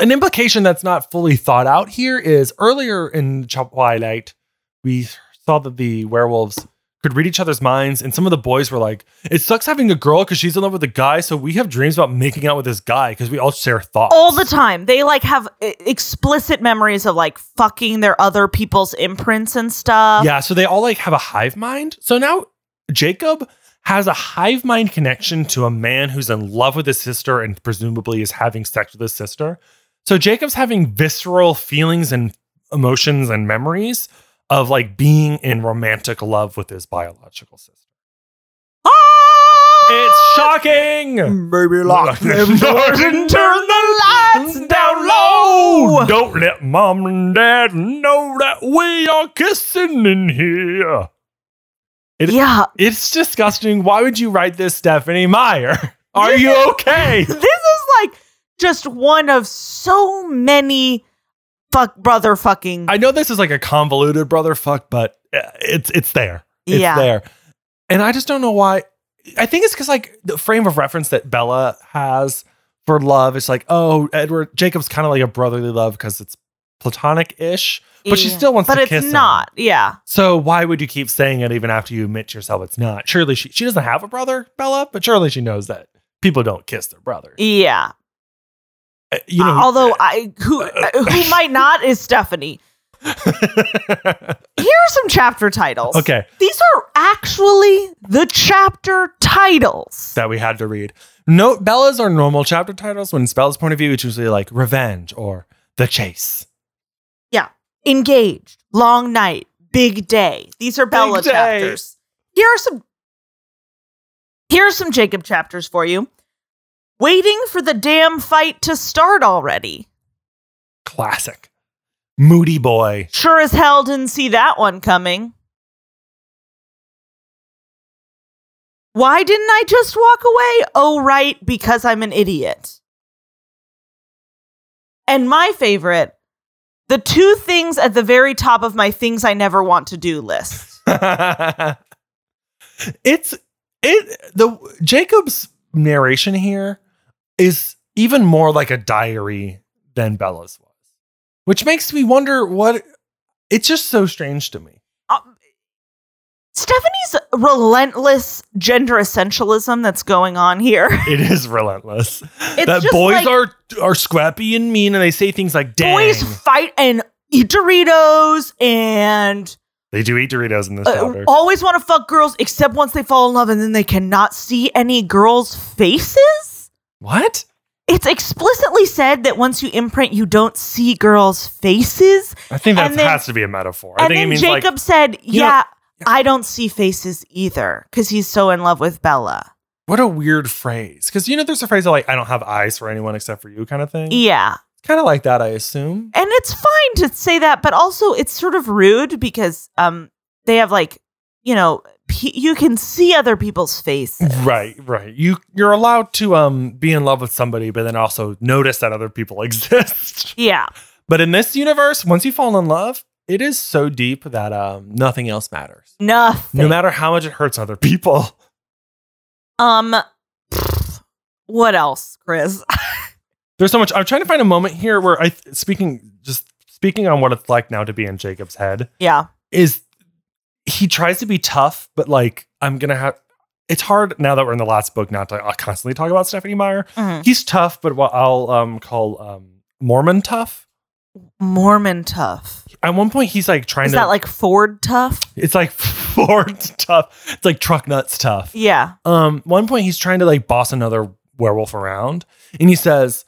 [SPEAKER 1] an implication that's not fully thought out here is earlier in Twilight, we saw that the werewolves could read each other's minds, and some of the boys were like, "It sucks having a girl because she's in love with a guy, so we have dreams about making out with this guy because we all share thoughts
[SPEAKER 2] All the time. They like have uh, explicit memories of like fucking their other people's imprints and stuff.
[SPEAKER 1] Yeah, so they all like have a hive mind. So now Jacob has a hive mind connection to a man who's in love with his sister and presumably is having sex with his sister. So Jacob's having visceral feelings and emotions and memories of like being in romantic love with his biological sister.
[SPEAKER 2] Ah!
[SPEAKER 1] It's shocking.
[SPEAKER 2] Baby,
[SPEAKER 1] Lock them doors and turn the lights down low. Don't let mom and dad know that we are kissing in here. It-
[SPEAKER 2] yeah,
[SPEAKER 1] It's disgusting. Why would you write this, Stephanie Meyer? Are you okay?
[SPEAKER 2] this is like just one of so many fuck brother fucking.
[SPEAKER 1] I know this is like a convoluted brother fuck, but uh, it's it's there. It's
[SPEAKER 2] yeah,
[SPEAKER 1] there. And I just don't know why. I think it's because like the frame of reference that Bella has for love is like, oh, Edward Jacob's kind of like a brotherly love because it's platonic ish, but she
[SPEAKER 2] Yeah.
[SPEAKER 1] still wants
[SPEAKER 2] But
[SPEAKER 1] to
[SPEAKER 2] it's
[SPEAKER 1] kiss him.
[SPEAKER 2] not. Yeah.
[SPEAKER 1] So why would you keep saying it even after you admit to yourself it's not? Surely she she doesn't have a brother, Bella, but surely she knows that people don't kiss their brother.
[SPEAKER 2] Yeah.
[SPEAKER 1] Uh, You know,
[SPEAKER 2] Although I who uh, who might not is Stephanie. Here are some chapter titles.
[SPEAKER 1] okay,
[SPEAKER 2] These are actually the chapter titles.
[SPEAKER 1] that we had to read. No, Bella's are normal chapter titles. When it's Bella's point of view, it's usually like revenge or the chase.
[SPEAKER 2] Engaged, Long Night, Big Day. These are Bella
[SPEAKER 1] Day.
[SPEAKER 2] chapters. Here are some Here are some Jacob chapters for you. Waiting for the damn fight to start already.
[SPEAKER 1] Classic. Moody boy.
[SPEAKER 2] Sure as hell didn't see that one coming. Why didn't I just walk away? Oh, right, because I'm an idiot. And my favorite the two things at the very top of my things I never want to do list.
[SPEAKER 1] it's it the Jacob's narration here is even more like a diary than Bella's was, which makes me wonder what it's just so strange to me.
[SPEAKER 2] Uh, Stephanie's relentless gender essentialism that's going on here.
[SPEAKER 1] It is relentless. that
[SPEAKER 2] just
[SPEAKER 1] boys
[SPEAKER 2] like-
[SPEAKER 1] are are scrappy and mean, and they say things like "dang."
[SPEAKER 2] Boys fight and eat Doritos and
[SPEAKER 1] they do eat Doritos in this
[SPEAKER 2] Uh,
[SPEAKER 1] chapter.
[SPEAKER 2] always want to fuck girls except once they fall in love and then they cannot see any girls' faces.
[SPEAKER 1] what?
[SPEAKER 2] It's explicitly said that once you imprint, you don't see girls' faces.
[SPEAKER 1] I think that
[SPEAKER 2] And then-
[SPEAKER 1] has to be a metaphor. I
[SPEAKER 2] and
[SPEAKER 1] think it
[SPEAKER 2] then
[SPEAKER 1] means
[SPEAKER 2] Jacob
[SPEAKER 1] like
[SPEAKER 2] said,
[SPEAKER 1] you know-
[SPEAKER 2] Yeah, I don't see faces either because he's so in love with Bella.
[SPEAKER 1] what a weird phrase because you know there's a phrase like "I don't have eyes for anyone except for you" kind of thing.
[SPEAKER 2] Yeah.
[SPEAKER 1] kind of like that, I assume.
[SPEAKER 2] And it's fine to say that, but also it's sort of rude because um, they have like, you know, pe- you can see other people's faces.
[SPEAKER 1] Right, right. You you're allowed to um be in love with somebody, but then also notice that other people exist.
[SPEAKER 2] Yeah.
[SPEAKER 1] but in this universe, once you fall in love, it is so deep that um nothing else matters.
[SPEAKER 2] Nothing.
[SPEAKER 1] No matter how much it hurts other people.
[SPEAKER 2] Um, pfft, what else, Chris?
[SPEAKER 1] There's so much. I'm trying to find a moment here where I speaking just speaking on what it's like now to be in Jacob's head
[SPEAKER 2] yeah,
[SPEAKER 1] is he tries to be tough, but like I'm gonna have. It's hard now that we're in the last book not to uh, constantly talk about Stephanie Meyer.
[SPEAKER 2] Mhm.
[SPEAKER 1] He's tough, but what I'll um call um Mormon tough.
[SPEAKER 2] Mormon tough.
[SPEAKER 1] At one point, he's like trying
[SPEAKER 2] Is
[SPEAKER 1] to.
[SPEAKER 2] that like Ford tough?
[SPEAKER 1] it's like Ford tough. It's like truck nuts tough.
[SPEAKER 2] Yeah,
[SPEAKER 1] Um, one point he's trying to like boss another werewolf around, and he says,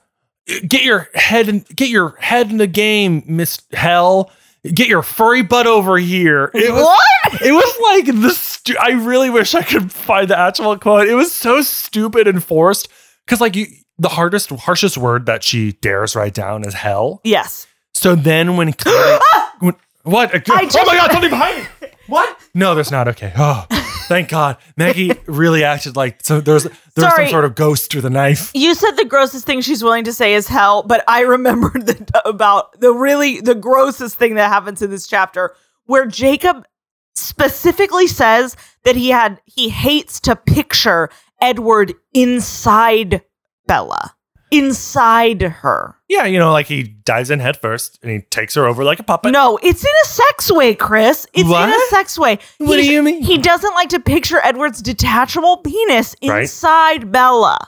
[SPEAKER 1] "Get your head in, get your head in the game, Miss Hell. Get your furry butt over here." It was
[SPEAKER 2] what?
[SPEAKER 1] it was like the stu- I really wish I could find the actual quote. It was so stupid and forced because like you, the hardest harshest word that she dares write down is hell.
[SPEAKER 2] Yes.
[SPEAKER 1] So then when, Claire- when- what? oh
[SPEAKER 2] just-
[SPEAKER 1] my god, something behind me. What? No, there's not. Okay. Oh, thank God. Maggie really acted like so there's there was some
[SPEAKER 2] Sorry.
[SPEAKER 1] sort of ghost through the knife.
[SPEAKER 2] You said the grossest thing she's willing to say is hell, but I remembered that about the really the grossest thing that happens in this chapter where Jacob specifically says that he had he hates to picture Edward inside Bella, inside her.
[SPEAKER 1] Yeah, you know, like he dives in head first and he takes her over like a puppet.
[SPEAKER 2] no, it's in a sex way, Chris. It's in a
[SPEAKER 1] What?
[SPEAKER 2] sex way.
[SPEAKER 1] What do
[SPEAKER 2] He's-
[SPEAKER 1] you mean?
[SPEAKER 2] He doesn't like to picture Edward's detachable penis
[SPEAKER 1] Right.
[SPEAKER 2] inside Bella.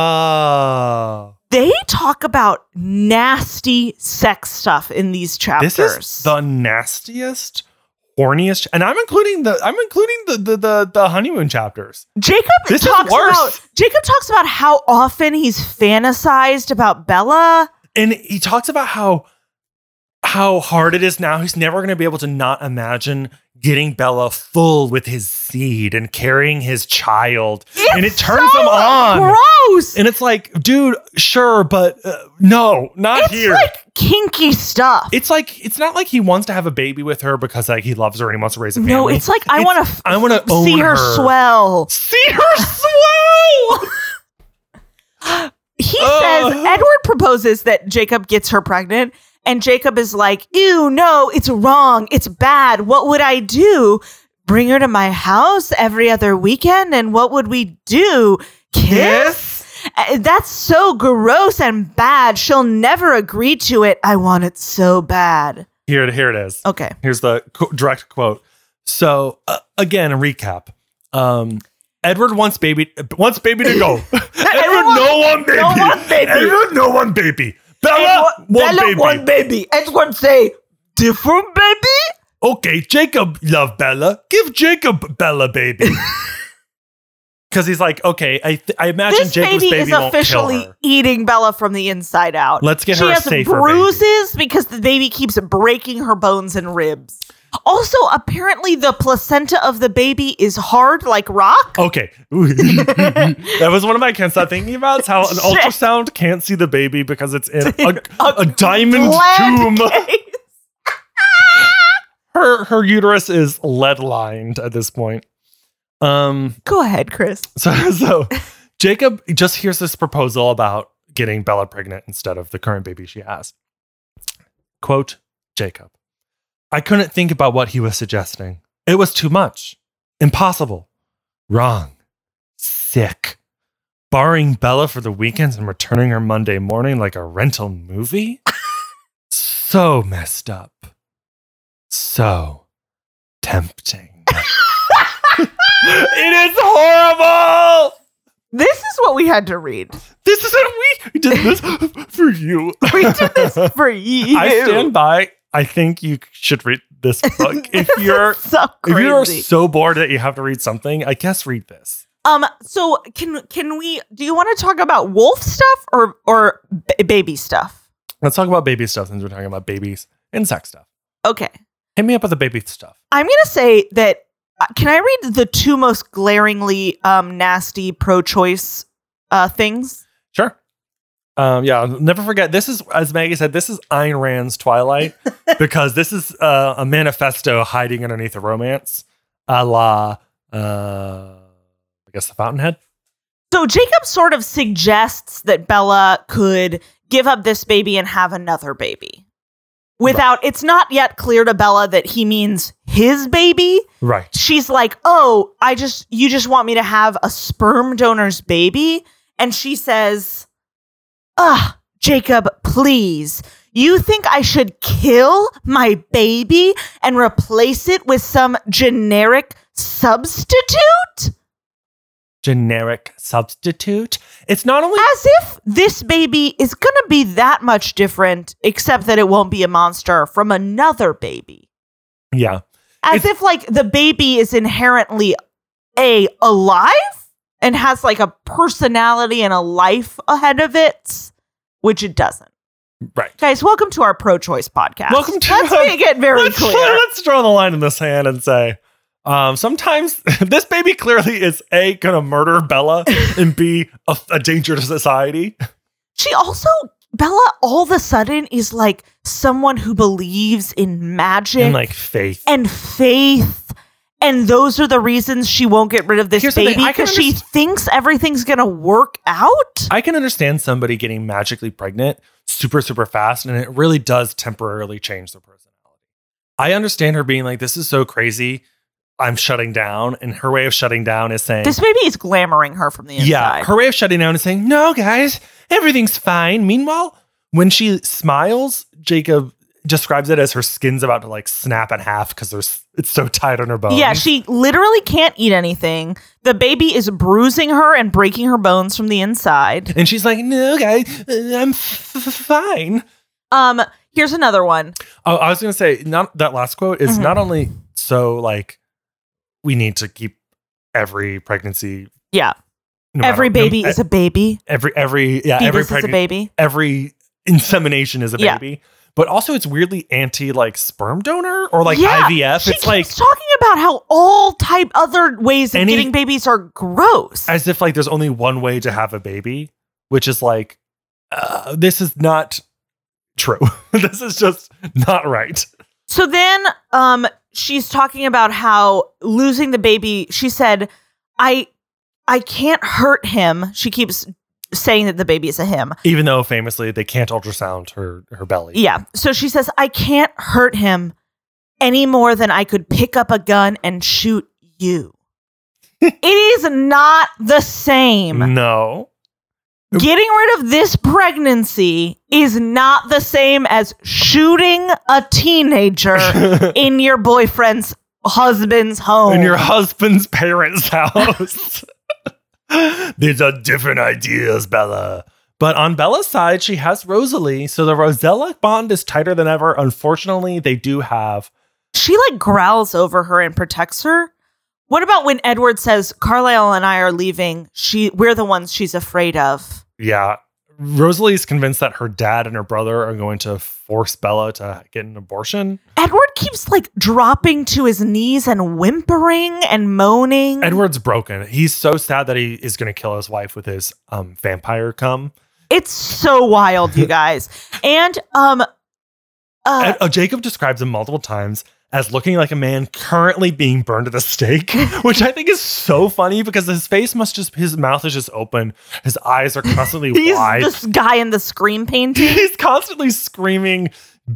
[SPEAKER 1] Oh.
[SPEAKER 2] They talk about nasty sex stuff in these chapters.
[SPEAKER 1] This is the nastiest, horniest, and I'm including the I'm including the the the, the honeymoon chapters.
[SPEAKER 2] Jacob
[SPEAKER 1] This is
[SPEAKER 2] talks
[SPEAKER 1] worse.
[SPEAKER 2] about Jacob talks about how often he's fantasized about Bella.
[SPEAKER 1] and he talks about how how hard it is now. He's never going to be able to not imagine getting Bella full with his seed and carrying his child, and it
[SPEAKER 2] It's
[SPEAKER 1] turns
[SPEAKER 2] so
[SPEAKER 1] him on.
[SPEAKER 2] Gross.
[SPEAKER 1] And it's like, dude, sure, but uh, no, not
[SPEAKER 2] it's
[SPEAKER 1] here.
[SPEAKER 2] like kinky stuff.
[SPEAKER 1] it's like it's not like he wants to have a baby with her because like he loves her and he wants to raise a family.
[SPEAKER 2] no, it's like I
[SPEAKER 1] It's-
[SPEAKER 2] want to
[SPEAKER 1] I want to
[SPEAKER 2] see her, swell.
[SPEAKER 1] See her swell.
[SPEAKER 2] he
[SPEAKER 1] Ugh.
[SPEAKER 2] says Edward proposes that Jacob gets her pregnant, and Jacob is like, "Ew, no, it's wrong, it's bad. What would I do? Bring her to my house every other weekend, and what would we do? Kiss?"
[SPEAKER 1] Yes.
[SPEAKER 2] Uh, That's so gross and bad. She'll never agree to it. I want it so bad.
[SPEAKER 1] Here, it- here it is.
[SPEAKER 2] Okay.
[SPEAKER 1] Here's the qu- direct quote. So uh, again, a recap. Um, Edward wants baby wants baby to go. Edward no one baby.
[SPEAKER 2] no want baby.
[SPEAKER 1] Edward no one baby. Bella,
[SPEAKER 2] Edward-
[SPEAKER 1] one
[SPEAKER 2] Bella
[SPEAKER 1] baby.
[SPEAKER 2] want baby. Edward say different baby.
[SPEAKER 1] okay, Jacob love Bella. Give Jacob Bella baby. Because he's like, okay, I th- I imagine
[SPEAKER 2] this
[SPEAKER 1] Jacob's
[SPEAKER 2] baby,
[SPEAKER 1] baby,
[SPEAKER 2] is
[SPEAKER 1] won't kill
[SPEAKER 2] officially
[SPEAKER 1] her.
[SPEAKER 2] eating Bella from the inside out.
[SPEAKER 1] Let's get
[SPEAKER 2] she
[SPEAKER 1] her a
[SPEAKER 2] has
[SPEAKER 1] safer baby.
[SPEAKER 2] bruises because the baby keeps breaking her bones and ribs. Also, apparently, the placenta of the baby is hard like rock.
[SPEAKER 1] Okay, that was one of my can't stop thinking about. is How an
[SPEAKER 2] Shit.
[SPEAKER 1] ultrasound can't see the baby because it's in a, a diamond
[SPEAKER 2] Lead
[SPEAKER 1] tomb.
[SPEAKER 2] case.
[SPEAKER 1] her her uterus is lead lined at this point. Um.
[SPEAKER 2] Go ahead, Chris.
[SPEAKER 1] So so Jacob just hears this proposal about getting Bella pregnant instead of the current baby she has. Quote Jacob. I couldn't think about what he was suggesting. It was too much. Impossible. Wrong. Sick. Borrowing Bella for the weekends and returning her Monday morning like a rental movie? so messed up. So tempting. it is horrible.
[SPEAKER 2] This is what we had to read.
[SPEAKER 1] This is it. We did this for you.
[SPEAKER 2] We did this for you.
[SPEAKER 1] I stand by. I think you should read this book if
[SPEAKER 2] This is
[SPEAKER 1] you're
[SPEAKER 2] so
[SPEAKER 1] if
[SPEAKER 2] crazy.
[SPEAKER 1] you are so bored that you have to read something. I guess read this.
[SPEAKER 2] um, so can can we? Do you want to talk about wolf stuff or or b- baby stuff?
[SPEAKER 1] Let's talk about baby stuff since we're talking about babies and sex stuff.
[SPEAKER 2] Okay.
[SPEAKER 1] Hit me up with the baby stuff.
[SPEAKER 2] I'm gonna say that. uh, Can I read the two most glaringly um, nasty pro-choice uh, things?
[SPEAKER 1] Sure. Um, yeah, I'll never forget. This is, as Maggie said, this is Ayn Rand's Twilight because this is uh, a manifesto hiding underneath a romance, a la, uh, I guess, the Fountainhead.
[SPEAKER 2] So Jacob sort of suggests that Bella could give up this baby and have another baby. Without it's not yet clear to Bella that he means his baby.
[SPEAKER 1] Right.
[SPEAKER 2] She's like, "Oh, I just you just want me to have a sperm donor's baby?" And she says, "Ugh, Jacob, please. You think I should kill my baby and replace it with some generic substitute?"
[SPEAKER 1] Generic substitute. It's not only
[SPEAKER 2] as if this baby is going to be that much different, except that it won't be a monster from another baby.
[SPEAKER 1] yeah,
[SPEAKER 2] As if, like, the baby is inherently A, alive and has like a personality and a life ahead of it, which it doesn't.
[SPEAKER 1] right.
[SPEAKER 2] Guys, welcome to our pro choice podcast.
[SPEAKER 1] Welcome to
[SPEAKER 2] Let's
[SPEAKER 1] our-
[SPEAKER 2] make it very
[SPEAKER 1] Let's,
[SPEAKER 2] clear.
[SPEAKER 1] let's draw the line in the sand and say, um, sometimes this baby clearly is a gonna murder Bella and b a, a danger to society.
[SPEAKER 2] She also, Bella, all of a sudden is like someone who believes in magic.
[SPEAKER 1] And like faith.
[SPEAKER 2] and faith. And those are the reasons she won't get rid of this
[SPEAKER 1] Here's the thing,
[SPEAKER 2] baby
[SPEAKER 1] I can
[SPEAKER 2] because she
[SPEAKER 1] underst-
[SPEAKER 2] thinks everything's going to work out.
[SPEAKER 1] I can understand somebody getting magically pregnant super, super fast, and it really does temporarily change their personality. I understand her being like, this is so crazy. I'm shutting down. And her way of shutting down is saying,
[SPEAKER 2] This baby is glamoring her from the inside.
[SPEAKER 1] yeah, her way of shutting down is saying, no, guys, everything's fine. Meanwhile, when she smiles, Jacob describes it as her skin's about to like snap in half because there's it's so tight on her bones.
[SPEAKER 2] Yeah, she literally can't eat anything. The baby is bruising her and breaking her bones from the inside.
[SPEAKER 1] and she's like, no, guys, uh, I'm f- f- fine.
[SPEAKER 2] Um, here's another one.
[SPEAKER 1] Oh, I was gonna say not that last quote is
[SPEAKER 2] Mhm.
[SPEAKER 1] not only so like we need to keep every pregnancy.
[SPEAKER 2] Yeah.
[SPEAKER 1] no matter-
[SPEAKER 2] every
[SPEAKER 1] no-
[SPEAKER 2] baby
[SPEAKER 1] e-
[SPEAKER 2] is a baby.
[SPEAKER 1] every every yeah every
[SPEAKER 2] Beavis is a
[SPEAKER 1] pregnancy
[SPEAKER 2] baby.
[SPEAKER 1] every insemination is a
[SPEAKER 2] Yeah.
[SPEAKER 1] baby. But also, it's weirdly anti like sperm donor or like
[SPEAKER 2] Yeah,
[SPEAKER 1] IVF.
[SPEAKER 2] she
[SPEAKER 1] It's like
[SPEAKER 2] keeps talking about how all type other ways of
[SPEAKER 1] Any-
[SPEAKER 2] getting babies are gross.
[SPEAKER 1] as if like there's only one way to have a baby, which is like uh, this is not true. this is just not right.
[SPEAKER 2] So then um she's talking about how losing the baby, she said, I I can't hurt him. She keeps saying that the baby is a him.
[SPEAKER 1] Even though famously they can't ultrasound her her belly.
[SPEAKER 2] Yeah. So she says, I can't hurt him any more than I could pick up a gun and shoot you. it is not the same.
[SPEAKER 1] No.
[SPEAKER 2] Getting rid of this pregnancy is not the same as shooting a teenager in your boyfriend's husband's home.
[SPEAKER 1] in your husband's parents' house. These are different ideas, Bella. But on Bella's side, she has Rosalie, so the Rosella bond is tighter than ever. Unfortunately, they do have
[SPEAKER 2] she like growls over her and protects her. What about when Edward says Carlisle and I are leaving? She we're the ones she's afraid of.
[SPEAKER 1] yeah. Rosalie's convinced that her dad and her brother are going to force Bella to get an abortion.
[SPEAKER 2] Edward keeps like dropping to his knees and whimpering and moaning.
[SPEAKER 1] Edward's broken. He's so sad that he is going to kill his wife with his um, vampire cum.
[SPEAKER 2] It's so wild, you guys. and um uh,
[SPEAKER 1] Ed- uh, Jacob describes him multiple times as looking like a man currently being burned at the stake, which I think is so funny because his face must just, his mouth is just open. His eyes are constantly
[SPEAKER 2] he's
[SPEAKER 1] wide.
[SPEAKER 2] this guy in the scream painting.
[SPEAKER 1] He's constantly screaming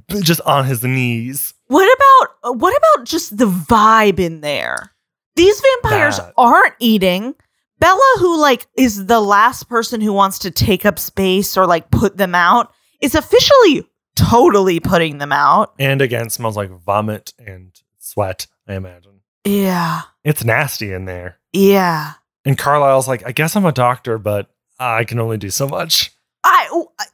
[SPEAKER 1] b- just on his knees.
[SPEAKER 2] What about what about just the vibe in there? These vampires
[SPEAKER 1] That.
[SPEAKER 2] aren't eating. Bella, who like is the last person who wants to take up space or like put them out, is officially totally putting them out.
[SPEAKER 1] And again, smells like vomit and sweat, I imagine.
[SPEAKER 2] Yeah.
[SPEAKER 1] It's nasty in there.
[SPEAKER 2] Yeah.
[SPEAKER 1] And Carlisle's like, I guess I'm a doctor, but I can only do so much.
[SPEAKER 2] I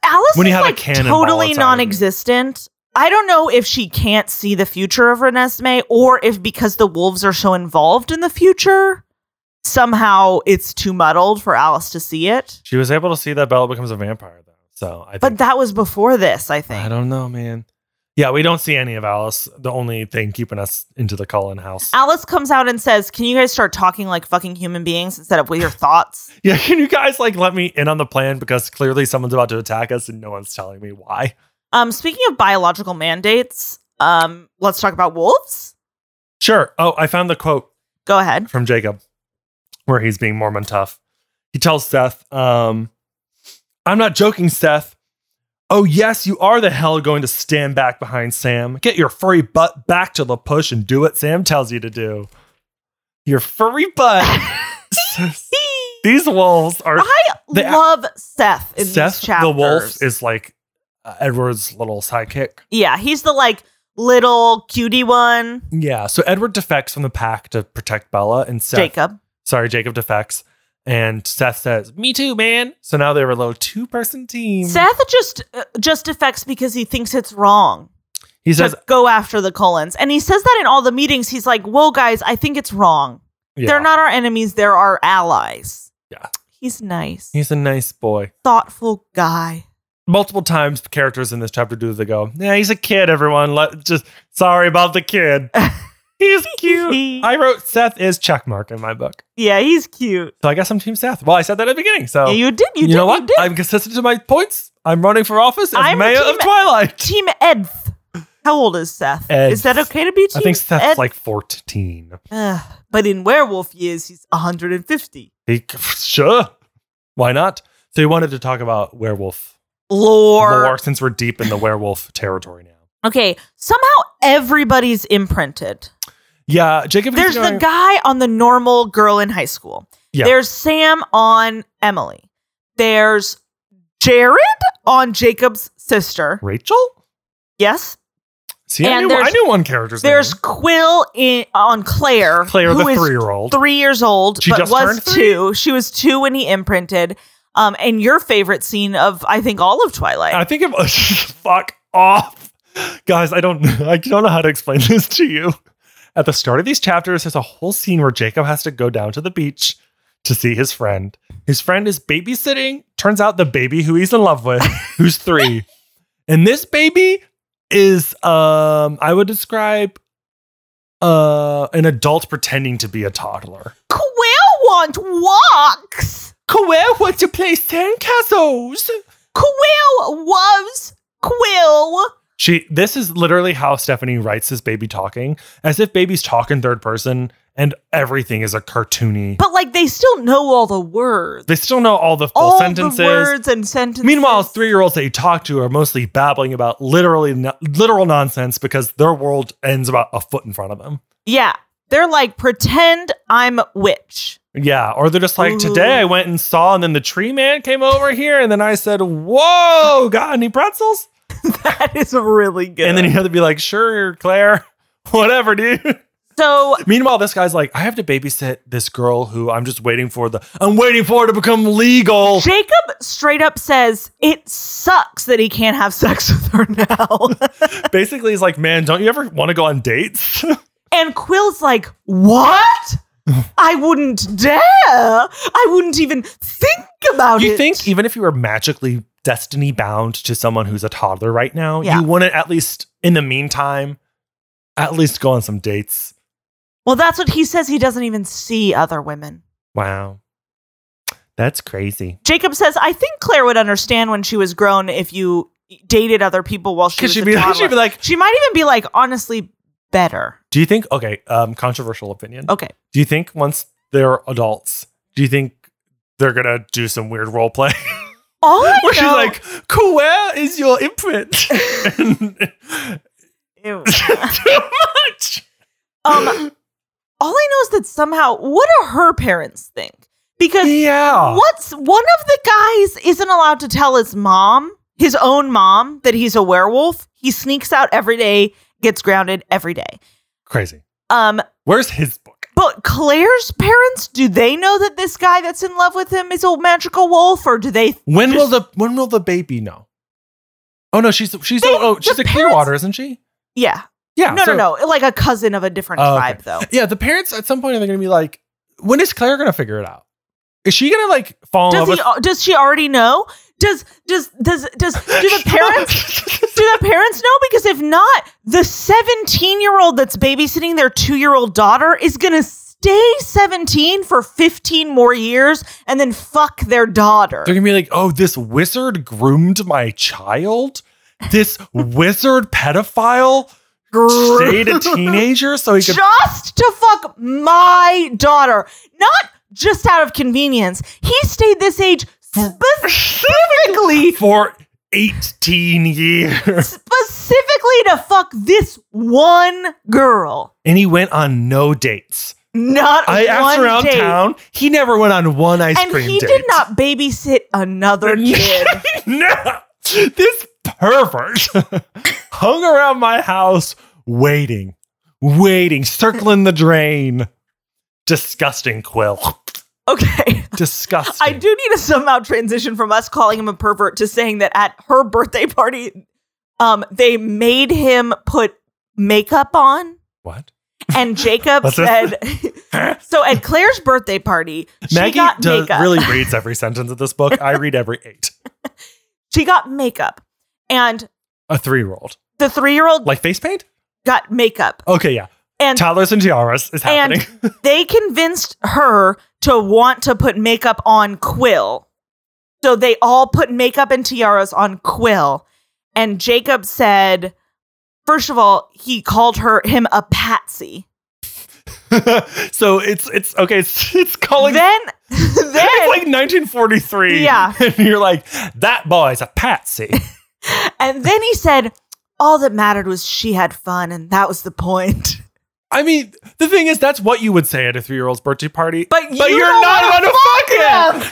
[SPEAKER 2] Alice
[SPEAKER 1] When you
[SPEAKER 2] is
[SPEAKER 1] have a
[SPEAKER 2] like
[SPEAKER 1] cannonball,
[SPEAKER 2] totally
[SPEAKER 1] it's out of you.
[SPEAKER 2] non-existent. I don't know if she can't see the future of Renesmee or if because the wolves are so involved in the future, somehow it's too muddled for Alice to see it.
[SPEAKER 1] She was able to see that Bella becomes a vampire, though. So I think
[SPEAKER 2] But that was before this, I think.
[SPEAKER 1] I don't know, man. Yeah, we don't see any of Alice. The only thing keeping us into the Cullen house.
[SPEAKER 2] Alice comes out and says, "Can you guys start talking like fucking human beings instead of with your thoughts?"
[SPEAKER 1] yeah, can you guys like let me in on the plan because clearly someone's about to attack us and no one's telling me why.
[SPEAKER 2] um, speaking of biological mandates, um, let's talk about wolves.
[SPEAKER 1] Sure. Oh, I found the quote
[SPEAKER 2] Go ahead.
[SPEAKER 1] from Jacob where he's being Mormon tough. He tells Seth, um, "I'm not joking, Seth. Oh yes, you are the hell going to stand back behind Sam. Get your furry butt back to the push and do what Sam tells you to do. Your furry butt." These wolves are
[SPEAKER 2] I
[SPEAKER 1] The-
[SPEAKER 2] love Seth in
[SPEAKER 1] Seth
[SPEAKER 2] these chapters.
[SPEAKER 1] the wolf is like uh, Edward's little sidekick.
[SPEAKER 2] Yeah, he's the like little cutie one.
[SPEAKER 1] Yeah. So Edward defects from the pack to protect Bella and Seth.
[SPEAKER 2] Jacob.
[SPEAKER 1] Sorry, Jacob defects. And Seth says, Me too, man. So now they're a little two person team.
[SPEAKER 2] Seth just uh, just defects because he thinks it's wrong
[SPEAKER 1] he
[SPEAKER 2] to
[SPEAKER 1] says,
[SPEAKER 2] go after the Cullens, and he says that in all the meetings. He's like, "Whoa, guys, I think it's wrong.
[SPEAKER 1] yeah.
[SPEAKER 2] They're not our enemies; they're our allies."
[SPEAKER 1] Yeah.
[SPEAKER 2] he's nice,
[SPEAKER 1] He's a nice boy.
[SPEAKER 2] thoughtful guy.
[SPEAKER 1] Multiple times, characters in this chapter do they go, Yeah, he's a kid, everyone. Let, just sorry about the kid. he's cute. I wrote Seth is checkmark in my book.
[SPEAKER 2] Yeah, he's cute.
[SPEAKER 1] So I guess I'm Team Seth. Well, I said that at the beginning. So
[SPEAKER 2] Yeah, you did.
[SPEAKER 1] Oh.
[SPEAKER 2] You,
[SPEAKER 1] you,
[SPEAKER 2] did.
[SPEAKER 1] know
[SPEAKER 2] You
[SPEAKER 1] what?
[SPEAKER 2] did.
[SPEAKER 1] I'm consistent to my points. I'm running for office as
[SPEAKER 2] I'm
[SPEAKER 1] mayor
[SPEAKER 2] team-
[SPEAKER 1] of Twilight.
[SPEAKER 2] Team Edth. How old is Seth?
[SPEAKER 1] Edth.
[SPEAKER 2] Is that okay to be team?
[SPEAKER 1] I think Seth's
[SPEAKER 2] Edth?
[SPEAKER 1] like 14.
[SPEAKER 2] Ugh, but in werewolf years, he's 150.
[SPEAKER 1] He, sure. Why not? So he wanted to talk about werewolf
[SPEAKER 2] Lore.
[SPEAKER 1] lore since we're deep in the werewolf territory now.
[SPEAKER 2] Okay, somehow everybody's imprinted.
[SPEAKER 1] Yeah, Jacob. keeps
[SPEAKER 2] There's the
[SPEAKER 1] going-
[SPEAKER 2] guy on the normal girl in high school.
[SPEAKER 1] Yeah.
[SPEAKER 2] There's Sam on Emily. There's Jared on Jacob's sister.
[SPEAKER 1] Rachel.
[SPEAKER 2] Yes.
[SPEAKER 1] See, I
[SPEAKER 2] And
[SPEAKER 1] knew, I
[SPEAKER 2] there's-
[SPEAKER 1] knew one character's
[SPEAKER 2] There's
[SPEAKER 1] name.
[SPEAKER 2] Quill in, on Claire.
[SPEAKER 1] Claire,
[SPEAKER 2] who
[SPEAKER 1] the
[SPEAKER 2] is
[SPEAKER 1] three-year-old.
[SPEAKER 2] three years old,
[SPEAKER 1] She
[SPEAKER 2] but
[SPEAKER 1] just
[SPEAKER 2] was
[SPEAKER 1] turned three?
[SPEAKER 2] two. She was two when he imprinted. Um, and your favorite scene of I think all of Twilight.
[SPEAKER 1] I think of fuck off, guys. I don't. I don't know how to explain this to you. At the start of these chapters, there's a whole scene where Jacob has to go down to the beach to see his friend. His friend is babysitting. Turns out the baby who he's in love with, who's three, and this baby is um I would describe uh an adult pretending to be a toddler.
[SPEAKER 2] Quill want walks.
[SPEAKER 1] Kawaii wants to play sandcastles.
[SPEAKER 2] Quill loves Quill.
[SPEAKER 1] She this is literally how Stephanie writes this baby talking, as if babies talk in third person and everything is a cartoony.
[SPEAKER 2] But like they still know all the words.
[SPEAKER 1] they still know all the full
[SPEAKER 2] all
[SPEAKER 1] sentences.
[SPEAKER 2] the words and sentences.
[SPEAKER 1] Meanwhile, three-year-olds that you talk to are mostly babbling about literally no- literal nonsense because their world ends about a foot in front of them.
[SPEAKER 2] yeah, They're like, pretend I'm witch.
[SPEAKER 1] Yeah, or they're just like, today
[SPEAKER 2] Ooh.
[SPEAKER 1] I went and saw, and then the tree man came over here, and then I said, "Whoa, got any pretzels?"
[SPEAKER 2] that is really good.
[SPEAKER 1] And then you have to be like, "Sure, Claire, whatever, dude."
[SPEAKER 2] so
[SPEAKER 1] Meanwhile, this guy's like, "I have to babysit this girl who I'm just waiting for the I'm waiting for her to become legal."
[SPEAKER 2] Jacob straight up says it sucks that he can't have sex with her now.
[SPEAKER 1] Basically, he's like, "Man, don't you ever want to go on dates?"
[SPEAKER 2] and Quill's like, "What? I wouldn't dare. I wouldn't even think about it."
[SPEAKER 1] you think even if you were magically destiny bound to someone who's a toddler right now,
[SPEAKER 2] Yeah.
[SPEAKER 1] you wouldn't at least in the meantime at least go on some dates.
[SPEAKER 2] Well, that's what he says. He doesn't even see other women.
[SPEAKER 1] Wow. That's crazy.
[SPEAKER 2] Jacob says, "I think Claire would understand when she was grown if you dated other people while she
[SPEAKER 1] Because
[SPEAKER 2] was
[SPEAKER 1] she'd
[SPEAKER 2] a
[SPEAKER 1] be,
[SPEAKER 2] toddler.
[SPEAKER 1] she'd be like,
[SPEAKER 2] she might even be like, honestly, better."
[SPEAKER 1] do you think, okay, um, controversial opinion.
[SPEAKER 2] Okay.
[SPEAKER 1] Do you think once they're adults, do you think they're going to do some weird role play?
[SPEAKER 2] All I
[SPEAKER 1] Where she's
[SPEAKER 2] know-
[SPEAKER 1] like, "Cool, where is your imprint? And-
[SPEAKER 2] Ew.
[SPEAKER 1] too much.
[SPEAKER 2] um, all I know is that somehow, what do her parents think? Because
[SPEAKER 1] Yeah.
[SPEAKER 2] What's one of the guys isn't allowed to tell his mom, his own mom, that he's a werewolf. He sneaks out every day, gets grounded every day.
[SPEAKER 1] Crazy.
[SPEAKER 2] Um,
[SPEAKER 1] Where's his book?
[SPEAKER 2] but Claire's parents, do they know that this guy that's in love with him is a magical wolf, or do they?
[SPEAKER 1] When will the when will the baby know? Oh no, she's she's
[SPEAKER 2] They-
[SPEAKER 1] oh, oh
[SPEAKER 2] the
[SPEAKER 1] she's at
[SPEAKER 2] parents-
[SPEAKER 1] Clearwater, isn't she?
[SPEAKER 2] Yeah,
[SPEAKER 1] Yeah.
[SPEAKER 2] no,
[SPEAKER 1] so-
[SPEAKER 2] no, no, like a cousin of a different
[SPEAKER 1] Oh, okay.
[SPEAKER 2] tribe, though.
[SPEAKER 1] Yeah, the parents at some point are going to be like, when is Claire going to figure it out? Is she going to like fall in
[SPEAKER 2] Does
[SPEAKER 1] love
[SPEAKER 2] he?
[SPEAKER 1] with?
[SPEAKER 2] Does she already know? Does does does does do the parents Do the parents know? Because if not, the 17 year old that's babysitting their two year old daughter is going to stay 17 for 15 more years and then fuck their daughter.
[SPEAKER 1] They're gonna be like, oh, this wizard groomed my child. This wizard pedophile stayed a teenager so he could.
[SPEAKER 2] Just to fuck my daughter. Not just out of convenience. He stayed this age specifically.
[SPEAKER 1] for 18 years.
[SPEAKER 2] Specifically to fuck this one girl,
[SPEAKER 1] And he went on no dates.
[SPEAKER 2] not
[SPEAKER 1] I asked
[SPEAKER 2] one
[SPEAKER 1] around
[SPEAKER 2] date.
[SPEAKER 1] town. He never went on one ice
[SPEAKER 2] and
[SPEAKER 1] cream
[SPEAKER 2] he
[SPEAKER 1] date.
[SPEAKER 2] did not babysit another kid.
[SPEAKER 1] no. This pervert hung around my house waiting, waiting, circling the drain. Disgusting quill.
[SPEAKER 2] Okay.
[SPEAKER 1] Disgusting.
[SPEAKER 2] I do need to somehow transition from us calling him a pervert to saying that at her birthday party, um, they made him put makeup on.
[SPEAKER 1] What?
[SPEAKER 2] And Jacob
[SPEAKER 1] What's this?
[SPEAKER 2] said, so at Claire's birthday party, she
[SPEAKER 1] Maggie
[SPEAKER 2] got
[SPEAKER 1] does,
[SPEAKER 2] makeup.
[SPEAKER 1] really reads every sentence of this book. I read every eight.
[SPEAKER 2] she got makeup. And
[SPEAKER 1] A three year old.
[SPEAKER 2] the three year old
[SPEAKER 1] Like face paint?
[SPEAKER 2] got makeup.
[SPEAKER 1] Okay, yeah.
[SPEAKER 2] And
[SPEAKER 1] Toddlers and tiaras is happening.
[SPEAKER 2] they convinced her to want to put makeup on Quill. So they all put makeup and tiaras on Quill. And Jacob said, first of all, he called her him a patsy.
[SPEAKER 1] so it's it's okay, it's, it's calling
[SPEAKER 2] then then
[SPEAKER 1] it's like 1943.
[SPEAKER 2] Yeah.
[SPEAKER 1] And you're like, that boy's a patsy.
[SPEAKER 2] and then he said, all that mattered was she had fun, and that was the point.
[SPEAKER 1] I mean, the thing is, that's what you would say at a three year old's birthday party.
[SPEAKER 2] But,
[SPEAKER 1] but
[SPEAKER 2] you
[SPEAKER 1] you are
[SPEAKER 2] don't
[SPEAKER 1] not
[SPEAKER 2] wanna
[SPEAKER 1] about to
[SPEAKER 2] fuck him.
[SPEAKER 1] fuck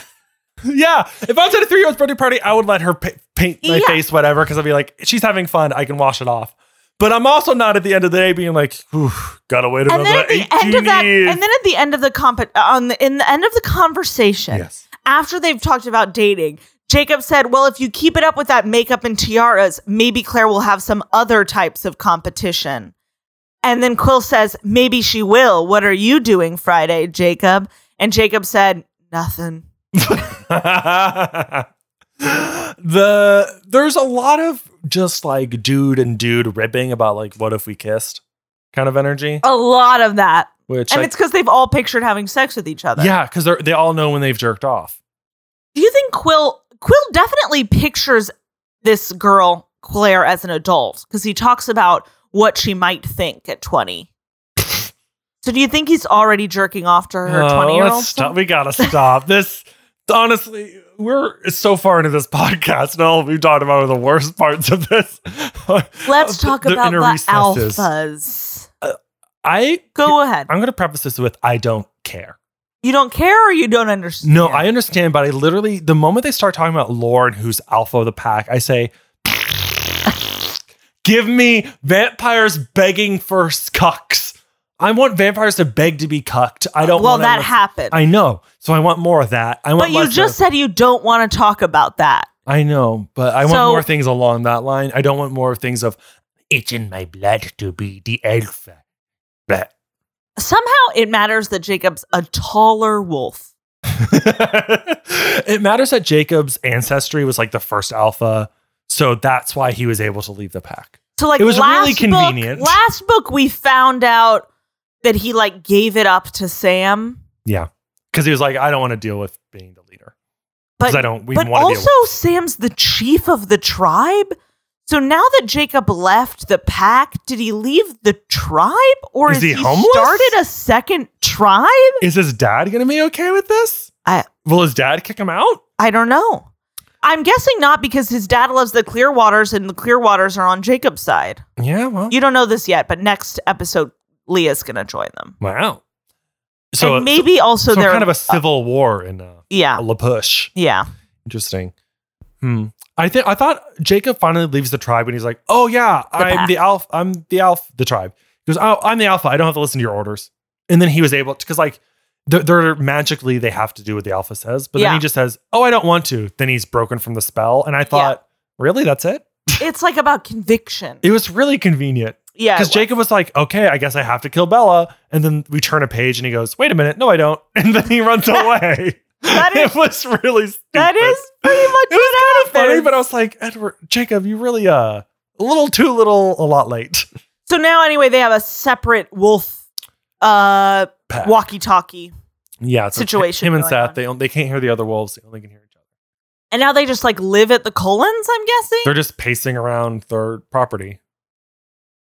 [SPEAKER 1] it. Yeah. If I was at a three year old's birthday party, I would let her pa- paint my
[SPEAKER 2] Yeah.
[SPEAKER 1] face, whatever, because I'd be like, she's having fun. I can wash it off. But I'm also not at the end of the day being like, "Whew, gotta wait
[SPEAKER 2] And
[SPEAKER 1] another
[SPEAKER 2] then at the
[SPEAKER 1] 18
[SPEAKER 2] end of that,
[SPEAKER 1] years.
[SPEAKER 2] and then at the end of the comp, on the, in the end of the conversation,
[SPEAKER 1] yes.
[SPEAKER 2] after they've talked about dating, Jacob said, Well, if you keep it up with that makeup and tiaras, maybe Claire will have some other types of competition. And then Quill says, Maybe she will. What are you doing Friday, Jacob? And Jacob said, Nothing.
[SPEAKER 1] the there's a lot of just like dude and dude ribbing about like what if we kissed kind of energy
[SPEAKER 2] A lot of that.
[SPEAKER 1] which
[SPEAKER 2] Oh, And
[SPEAKER 1] like,
[SPEAKER 2] it's because they've all pictured having sex with each other.
[SPEAKER 1] yeah because they all know when they've jerked off
[SPEAKER 2] Do you think Quill Quill definitely pictures this girl, Claire, as an adult? Because he talks about what she might think at 20. so do you think he's already jerking off to her
[SPEAKER 1] Oh,
[SPEAKER 2] 20 year
[SPEAKER 1] let's
[SPEAKER 2] old?
[SPEAKER 1] stop we gotta stop this honestly we're so far into this podcast and all we've talked about are the worst parts of this
[SPEAKER 2] Let's talk
[SPEAKER 1] The
[SPEAKER 2] about
[SPEAKER 1] inner
[SPEAKER 2] the
[SPEAKER 1] recesses.
[SPEAKER 2] alphas.
[SPEAKER 1] I
[SPEAKER 2] Go ahead.
[SPEAKER 1] I'm gonna preface this with I don't care.
[SPEAKER 2] You don't care or you don't understand?
[SPEAKER 1] No, I understand, but I literally the moment they start talking about Lord, who's alpha of the pack, I say, give me vampires begging for cucks. I want vampires to beg to be cucked. I don't.
[SPEAKER 2] Well,
[SPEAKER 1] want
[SPEAKER 2] that
[SPEAKER 1] anyone-
[SPEAKER 2] happened.
[SPEAKER 1] I know. So I want more of that. I
[SPEAKER 2] but
[SPEAKER 1] want.
[SPEAKER 2] you
[SPEAKER 1] less
[SPEAKER 2] just
[SPEAKER 1] Of,
[SPEAKER 2] said you don't want to talk about that.
[SPEAKER 1] I know, but I want
[SPEAKER 2] So-
[SPEAKER 1] more things along that line. I don't want more things of. It's in my blood to be the alpha. Blah.
[SPEAKER 2] Somehow it matters that Jacob's a taller wolf.
[SPEAKER 1] it matters that Jacob's ancestry was like the first alpha, so that's why he was able to leave the pack.
[SPEAKER 2] So like
[SPEAKER 1] It was
[SPEAKER 2] last
[SPEAKER 1] really convenient.
[SPEAKER 2] Book, last book we found out that he like gave it up to Sam,
[SPEAKER 1] Because he was like, I don't want to deal with being the leader. Because
[SPEAKER 2] but
[SPEAKER 1] I don't we
[SPEAKER 2] but
[SPEAKER 1] want to
[SPEAKER 2] also
[SPEAKER 1] deal
[SPEAKER 2] Sam's the chief of the tribe. So now that Jacob left the pack, did he leave the tribe or
[SPEAKER 1] Is
[SPEAKER 2] has
[SPEAKER 1] he homeless?
[SPEAKER 2] started a second tribe?
[SPEAKER 1] with Is his dad gonna be okay with this?
[SPEAKER 2] I-
[SPEAKER 1] Will his dad kick him out?
[SPEAKER 2] I don't know. I'm guessing not because his dad loves the Clearwaters and the Clearwaters are on Jacob's side.
[SPEAKER 1] Yeah, well.
[SPEAKER 2] You don't know this yet, but next episode Leah's going to join them.
[SPEAKER 1] Wow. So
[SPEAKER 2] and maybe also
[SPEAKER 1] so,
[SPEAKER 2] they're Ah.
[SPEAKER 1] kind of a civil war in uh,
[SPEAKER 2] yeah.
[SPEAKER 1] La Push.
[SPEAKER 2] Yeah.
[SPEAKER 1] Interesting. Hmm. I think I thought Jacob finally leaves the tribe and he's like, "Oh yeah, I'm
[SPEAKER 2] pack.
[SPEAKER 1] the alpha. I'm the alpha. The tribe." He goes, "Oh, I'm the alpha. I don't have to listen to your orders." And then he was able because like they're, they're magically they have to do what the alpha says, but then
[SPEAKER 2] Yeah.
[SPEAKER 1] he just says, "Oh, I don't want to." Then he's broken from the spell, and I thought, "Really, that's it?"
[SPEAKER 2] It's like about conviction.
[SPEAKER 1] It was really convenient
[SPEAKER 2] yeah.
[SPEAKER 1] because
[SPEAKER 2] it was.
[SPEAKER 1] Jacob was like, "Okay, I guess I have to kill Bella," and then we turn a page and he goes, "Wait a minute, no, I don't," and then he runs away.
[SPEAKER 2] That
[SPEAKER 1] it was really stupid
[SPEAKER 2] That is pretty much
[SPEAKER 1] it was
[SPEAKER 2] what
[SPEAKER 1] kind of funny,
[SPEAKER 2] happens.
[SPEAKER 1] but I was like, Edward, Jacob, you really uh a little too little, a lot late.
[SPEAKER 2] So now anyway, they have a separate wolf uh
[SPEAKER 1] Pack.
[SPEAKER 2] walkie-talkie.
[SPEAKER 1] yeah, so
[SPEAKER 2] situation
[SPEAKER 1] Him and
[SPEAKER 2] going
[SPEAKER 1] Seth,
[SPEAKER 2] on.
[SPEAKER 1] they on- they can't hear the other wolves. They only can hear each other.
[SPEAKER 2] And now they just like live at the Colons, I'm guessing.
[SPEAKER 1] They're just pacing around their property,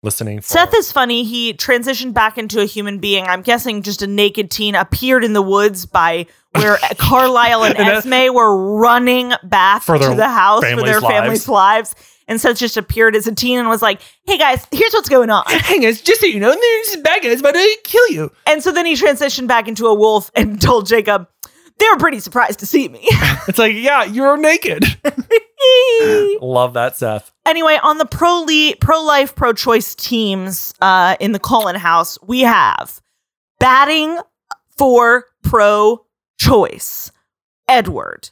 [SPEAKER 1] listening. For
[SPEAKER 2] Seth is funny. He transitioned back into a human being. I'm guessing just a naked teen appeared in the woods by where Carlisle and,
[SPEAKER 1] And that-
[SPEAKER 2] Esme were running back
[SPEAKER 1] For their
[SPEAKER 2] to the house for
[SPEAKER 1] families'
[SPEAKER 2] their families' lives. And Seth just appeared as a teen and was like, hey guys, here's what's going on.
[SPEAKER 1] Hang on, just so you know, there's bad guys about to kill you.
[SPEAKER 2] And so then he transitioned back into a wolf and told Jacob, they were pretty surprised to see me.
[SPEAKER 1] It's like, yeah, you're naked. Love that, Seth.
[SPEAKER 2] anyway, on the pro le- pro life, pro choice teams uh, in the Cullen House, we have batting for pro choice Edward,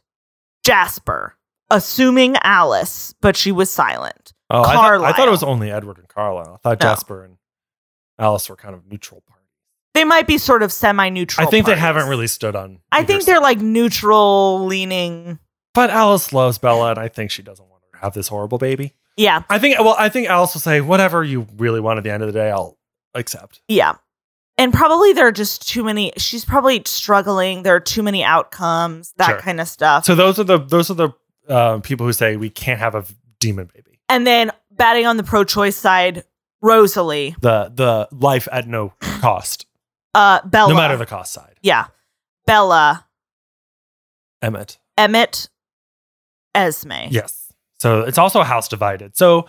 [SPEAKER 2] Jasper, assuming Alice, but she was silent.
[SPEAKER 1] Oh, I, thought, I thought it
[SPEAKER 2] Carlisle.
[SPEAKER 1] was only Edward and Carlisle. I thought
[SPEAKER 2] No.
[SPEAKER 1] Jasper and Alice were kind of neutral parties.
[SPEAKER 2] They might be sort of semi neutral.
[SPEAKER 1] I think they haven't really stood on.
[SPEAKER 2] I
[SPEAKER 1] either
[SPEAKER 2] think they're like neutral leaning.
[SPEAKER 1] But Alice loves Bella, and I think she doesn't want her to have this horrible baby.
[SPEAKER 2] Yeah,
[SPEAKER 1] I think, well, I think Alice will say, whatever you really want at the end of the day, I'll accept.
[SPEAKER 2] yeah. And probably there are just too many. She's probably struggling. There are too many outcomes, that
[SPEAKER 1] Sure.
[SPEAKER 2] kind of stuff.
[SPEAKER 1] So those are the those are the uh, people who say we can't have a v- demon baby.
[SPEAKER 2] And then batting on the pro choice side, Rosalie,
[SPEAKER 1] The the life at no cost,
[SPEAKER 2] uh, Bella.
[SPEAKER 1] no matter the cost side.
[SPEAKER 2] Yeah. Bella,
[SPEAKER 1] Emmett,
[SPEAKER 2] Emmett, Esme.
[SPEAKER 1] yes. So it's also a house divided. So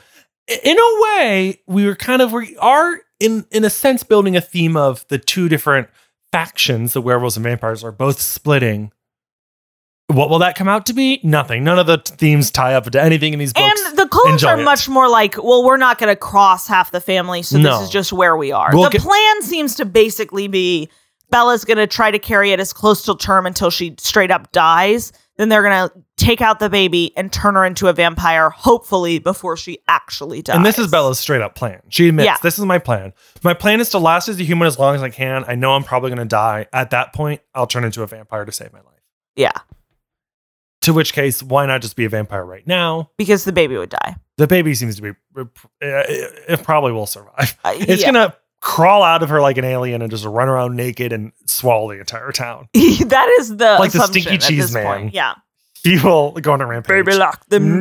[SPEAKER 1] i- in a way, we were kind of we are in in a sense building a theme of the two different factions, the werewolves and vampires, are both splitting. What will that come out to be? Nothing. None of the t- themes tie up to anything in these books.
[SPEAKER 2] And the colons
[SPEAKER 1] Enjoy
[SPEAKER 2] are
[SPEAKER 1] it.
[SPEAKER 2] much more like, well, we're not going to cross half the family, so
[SPEAKER 1] No.
[SPEAKER 2] this is just where we are.
[SPEAKER 1] We'll
[SPEAKER 2] the
[SPEAKER 1] get-
[SPEAKER 2] plan seems to basically be Bella's going to try to carry it as close to term until she straight up dies. Then they're going to take out the baby and turn her into a vampire, hopefully before she actually dies.
[SPEAKER 1] And this is Bella's straight up plan. She admits,
[SPEAKER 2] Yeah.
[SPEAKER 1] this is my plan. My plan is to last as a human as long as I can. I know I'm probably going to die. At that point, I'll turn into a vampire to save my life.
[SPEAKER 2] Yeah,
[SPEAKER 1] To which case, why not just be a vampire right now?
[SPEAKER 2] because the baby would die.
[SPEAKER 1] The baby seems to be, it, it probably will survive.
[SPEAKER 2] Uh,
[SPEAKER 1] It's
[SPEAKER 2] yeah.
[SPEAKER 1] going to crawl out of her like an alien and just run around naked and swallow the entire town.
[SPEAKER 2] that is the
[SPEAKER 1] Like the
[SPEAKER 2] assumption
[SPEAKER 1] stinky
[SPEAKER 2] at
[SPEAKER 1] cheese
[SPEAKER 2] this
[SPEAKER 1] man.
[SPEAKER 2] Point. Yeah.
[SPEAKER 1] He will go on a rampage.
[SPEAKER 2] lock
[SPEAKER 1] There's turn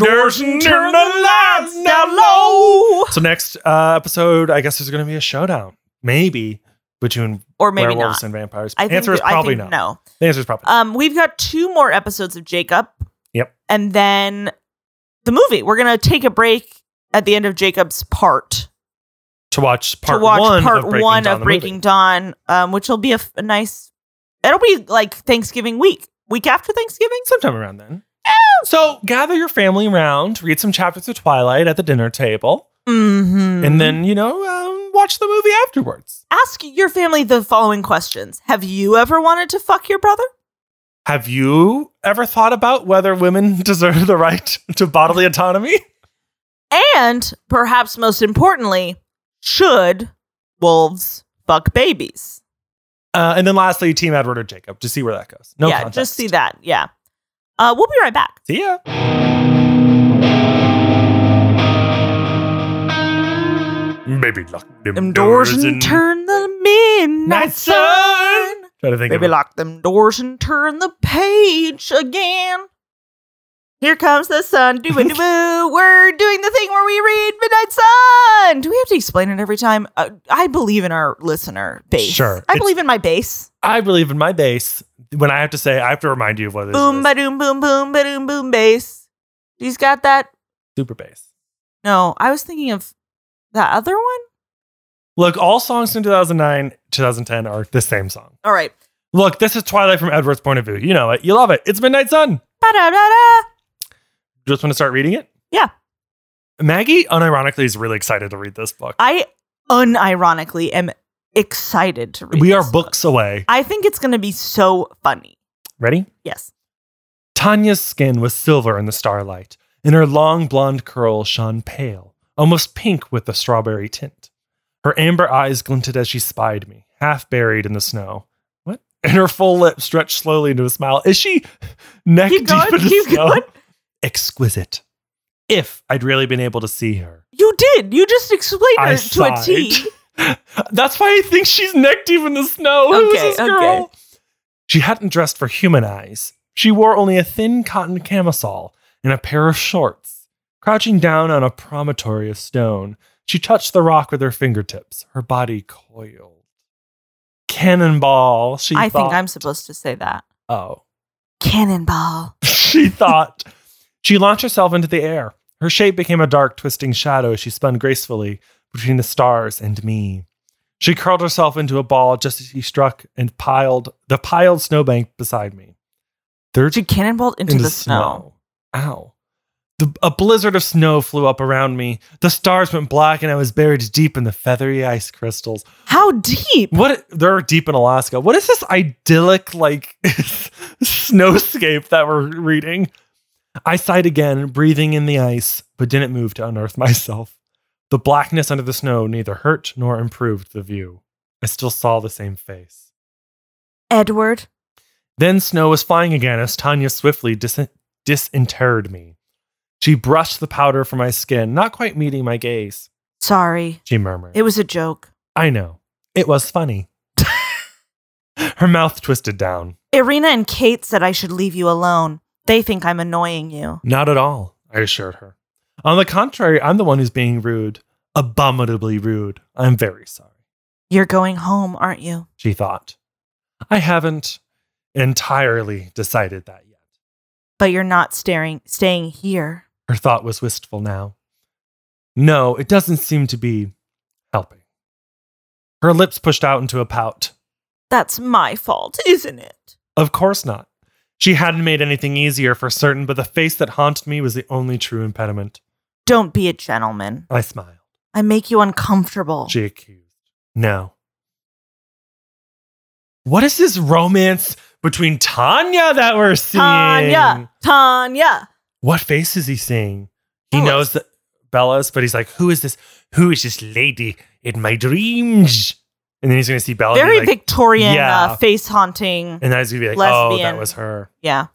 [SPEAKER 1] the lights down
[SPEAKER 2] low.
[SPEAKER 1] So, next uh, episode, I guess there's going to be a showdown, maybe between
[SPEAKER 2] Or maybe
[SPEAKER 1] werewolves
[SPEAKER 2] not.
[SPEAKER 1] and vampires.
[SPEAKER 2] I think,
[SPEAKER 1] Answer is
[SPEAKER 2] I
[SPEAKER 1] probably not.
[SPEAKER 2] think no.
[SPEAKER 1] The answer is probably
[SPEAKER 2] Um, we've got two more episodes of Jacob.
[SPEAKER 1] Yep.
[SPEAKER 2] And then the movie. We're gonna take a break at the end of Jacob's part
[SPEAKER 1] to watch part
[SPEAKER 2] to watch
[SPEAKER 1] one
[SPEAKER 2] part
[SPEAKER 1] of Breaking
[SPEAKER 2] one
[SPEAKER 1] Dawn,
[SPEAKER 2] of
[SPEAKER 1] the movie.
[SPEAKER 2] Breaking Dawn, um, which will be a, f- a nice. It'll be like Thanksgiving week, week after Thanksgiving.
[SPEAKER 1] sometime around then. So gather your family around, read some chapters of Twilight at the dinner table,
[SPEAKER 2] Mm-hmm.
[SPEAKER 1] and then you know um, watch the movie afterwards.
[SPEAKER 2] ask your family the following questions: Have you ever wanted to fuck your brother?
[SPEAKER 1] Have you ever thought about whether women deserve the right to bodily autonomy?
[SPEAKER 2] And perhaps most importantly, should wolves fuck babies?
[SPEAKER 1] Uh, and then lastly, Team Edward or Jacob to see where that goes. No
[SPEAKER 2] yeah,
[SPEAKER 1] contest.
[SPEAKER 2] just see that. Yeah, uh, we'll be right back.
[SPEAKER 1] See ya. Baby lock them
[SPEAKER 2] Them doors and turn the midnight
[SPEAKER 1] Night sun.
[SPEAKER 2] sun.
[SPEAKER 1] Try to think
[SPEAKER 2] Baby,
[SPEAKER 1] of it.
[SPEAKER 2] lock them doors and turn the page again. Here comes the sun. Doo doo boo. We're doing the thing where we read Midnight Sun. Do we have to explain it every time? Uh, I believe in our listener base.
[SPEAKER 1] Sure.
[SPEAKER 2] I
[SPEAKER 1] It's-
[SPEAKER 2] believe in my base.
[SPEAKER 1] I believe in my base. When I have to say, I have to remind you of what it is.
[SPEAKER 2] Boom, ba doom, boom, boom, ba doom, boom, bass. He's got that.
[SPEAKER 1] Super bass.
[SPEAKER 2] No, I was thinking of that other one.
[SPEAKER 1] Look, all songs in 2009, 2010 are the same song.
[SPEAKER 2] All right.
[SPEAKER 1] Look, this is Twilight from Edward's point of view. You know it. You love it. It's Midnight Sun.
[SPEAKER 2] Ba-da-da-da.
[SPEAKER 1] Just want to start reading it?
[SPEAKER 2] Yeah.
[SPEAKER 1] Maggie, unironically, is really excited to read this book.
[SPEAKER 2] I unironically am excited to read.
[SPEAKER 1] we are
[SPEAKER 2] this book.
[SPEAKER 1] books away.
[SPEAKER 2] I think it's going to be so funny.
[SPEAKER 1] Ready?
[SPEAKER 2] Yes.
[SPEAKER 1] Tanya's skin was silver in the starlight, and her long blonde curls shone pale, almost pink with the strawberry tint. Her amber eyes glinted as she spied me, half buried in the snow. What? And her full lip stretched slowly into a smile. Is she neck
[SPEAKER 2] Keep
[SPEAKER 1] deep
[SPEAKER 2] going,
[SPEAKER 1] in the
[SPEAKER 2] keep
[SPEAKER 1] snow?
[SPEAKER 2] going.
[SPEAKER 1] Exquisite. If I'd really been able to see her.
[SPEAKER 2] You did. You just explained
[SPEAKER 1] I
[SPEAKER 2] it to a T.
[SPEAKER 1] sighed. That's why I think she's neck deep in the snow. Who is
[SPEAKER 2] Okay,
[SPEAKER 1] this girl?
[SPEAKER 2] okay.
[SPEAKER 1] She hadn't dressed for human eyes. She wore only a thin cotton camisole and a pair of shorts. Crouching down on a promontory of stone, she touched the rock with her fingertips. Her body coiled. Cannonball, she
[SPEAKER 2] I
[SPEAKER 1] thought.
[SPEAKER 2] think I'm supposed to say that.
[SPEAKER 1] Oh
[SPEAKER 2] Cannonball.
[SPEAKER 1] she thought. She launched herself into the air. Her shape became a dark, twisting shadow as she spun gracefully between the stars and me. She curled herself into a ball just as he struck and piled the piled snowbank beside me. Thirty
[SPEAKER 2] She cannonballed into the, snow.
[SPEAKER 1] Ow. The, a blizzard of snow flew up around me. The stars went black, and I was buried deep in the feathery ice crystals.
[SPEAKER 2] How deep?
[SPEAKER 1] What they're deep in Alaska. What is this idyllic like snowscape that we're reading? I sighed again, breathing in the ice, but didn't move to unearth myself. The blackness under the snow neither hurt nor improved the view. I still saw the same face.
[SPEAKER 2] Edward.
[SPEAKER 1] Then snow was flying again as Tanya swiftly dis- disinterred me. She brushed the powder from my skin, not quite meeting my gaze.
[SPEAKER 2] Sorry.
[SPEAKER 1] She murmured.
[SPEAKER 2] It was a joke.
[SPEAKER 1] I know. It was funny. Her mouth twisted down.
[SPEAKER 2] Irina and Kate said I should leave you alone. They think I'm annoying you.
[SPEAKER 1] Not at all, I assured her. On the contrary, I'm the one who's being rude. Abominably rude. I'm very sorry,
[SPEAKER 2] You're going home, aren't you?
[SPEAKER 1] she thought. I haven't entirely decided that yet.
[SPEAKER 2] But you're not staring staying here.
[SPEAKER 1] Her thought was wistful now. No, it doesn't seem to be helping. Her lips pushed out into a pout.
[SPEAKER 2] That's my fault, isn't it?
[SPEAKER 1] Of course not. She hadn't made anything easier for certain, but the face that haunted me was the only true impediment.
[SPEAKER 2] Don't be a gentleman.
[SPEAKER 1] I smiled.
[SPEAKER 2] I make you uncomfortable.
[SPEAKER 1] She accused. No. What is this romance between Tanya that we're seeing?
[SPEAKER 2] Tanya. Tanya.
[SPEAKER 1] What face is he seeing? He
[SPEAKER 2] Bella's.
[SPEAKER 1] knows that Bella's, but he's like, who is this? Who is this lady in my dreams? And then he's going to see Bella. and be
[SPEAKER 2] Very
[SPEAKER 1] like-
[SPEAKER 2] Victorian,
[SPEAKER 1] yeah.
[SPEAKER 2] uh, face haunting.
[SPEAKER 1] And then he's going to be like, oh, that
[SPEAKER 2] lesbian.
[SPEAKER 1] was her.
[SPEAKER 2] Yeah.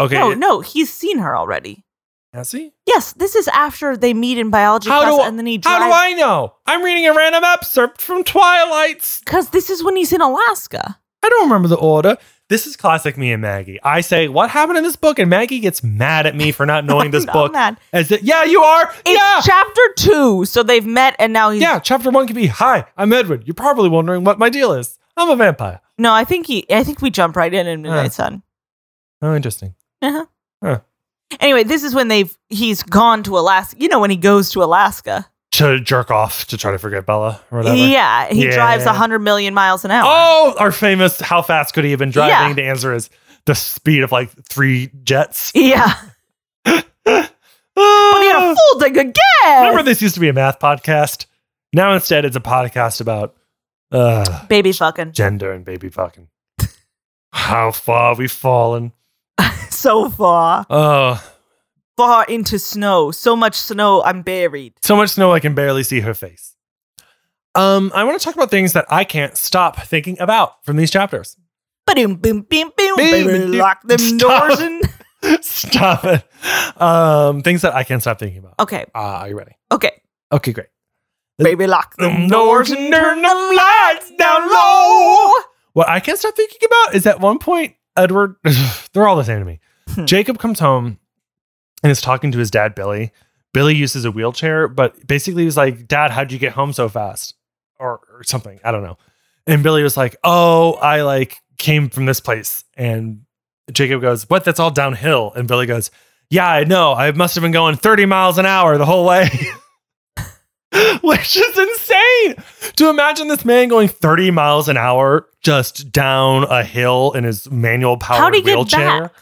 [SPEAKER 1] Okay.
[SPEAKER 2] No, no, he's seen her already.
[SPEAKER 1] Has he?
[SPEAKER 2] Yes, this is after they meet in biology
[SPEAKER 1] How
[SPEAKER 2] class,
[SPEAKER 1] do I-
[SPEAKER 2] and then he
[SPEAKER 1] How do
[SPEAKER 2] drives.
[SPEAKER 1] I know? I'm reading a random excerpt from Twilight's.
[SPEAKER 2] Because this is when he's in Alaska.
[SPEAKER 1] I don't remember the order. This is classic me and Maggie. I say, What happened in this book? And Maggie gets mad at me for not knowing this
[SPEAKER 2] I'm
[SPEAKER 1] book.
[SPEAKER 2] mad.
[SPEAKER 1] As if, yeah, you are.
[SPEAKER 2] It's
[SPEAKER 1] yeah.
[SPEAKER 2] chapter two, so they've met, and now he's.
[SPEAKER 1] yeah. Chapter one could be Hi, I'm Edward. You're probably wondering what my deal is. I'm a vampire.
[SPEAKER 2] No, I think he. I think we jump right in in Midnight
[SPEAKER 1] Huh.
[SPEAKER 2] Sun.
[SPEAKER 1] Oh, interesting.
[SPEAKER 2] Uh-huh.
[SPEAKER 1] Huh.
[SPEAKER 2] Anyway, this is when they've he's gone to Alaska. You know when he goes to Alaska.
[SPEAKER 1] to jerk off to try to forget Bella or whatever.
[SPEAKER 2] Yeah, he
[SPEAKER 1] Yeah.
[SPEAKER 2] drives drives 100 million miles an hour.
[SPEAKER 1] Oh, our famous how fast could he have been driving?
[SPEAKER 2] Yeah.
[SPEAKER 1] The answer is the speed of like three jets.
[SPEAKER 2] Yeah. But he had a
[SPEAKER 1] Ah.
[SPEAKER 2] full thing of gas.
[SPEAKER 1] Remember, this used to be a math podcast. Now instead, it's a podcast about uh,
[SPEAKER 2] Baby fucking.
[SPEAKER 1] gender and baby fucking. How far we've fallen.
[SPEAKER 2] So far.
[SPEAKER 1] Oh,
[SPEAKER 2] Far into snow. So much snow, I'm buried.
[SPEAKER 1] so much snow I can barely see her face. Um, I want to talk about things that I can't stop thinking about from these chapters.
[SPEAKER 2] Boom, boom, boom, boom.
[SPEAKER 1] Boom,
[SPEAKER 2] Baby,
[SPEAKER 1] boom,
[SPEAKER 2] lock them
[SPEAKER 1] stop.
[SPEAKER 2] doors and.
[SPEAKER 1] stop it. Um, things that I can't stop thinking about.
[SPEAKER 2] Okay,
[SPEAKER 1] Uh, are you ready?
[SPEAKER 2] okay.
[SPEAKER 1] Okay, great.
[SPEAKER 2] Baby, lock them doors and turn them lights down low.
[SPEAKER 1] What I can't stop thinking about is at one point, Edward, they're all the same to me.
[SPEAKER 2] Hmm.
[SPEAKER 1] Jacob comes home and is talking to his dad, Billy. Billy uses a wheelchair, but basically he was like, Dad, how'd you get home so fast? Or, or something. I don't know. And Billy was like, Oh, I like came from this place. And Jacob goes, What? That's all downhill. And Billy goes, Yeah, I know. I must have been going 30 miles an hour the whole way. Which is insane to imagine this man going 30 miles an hour just down a hill in his manual powered
[SPEAKER 2] How'd he get
[SPEAKER 1] wheelchair.
[SPEAKER 2] back?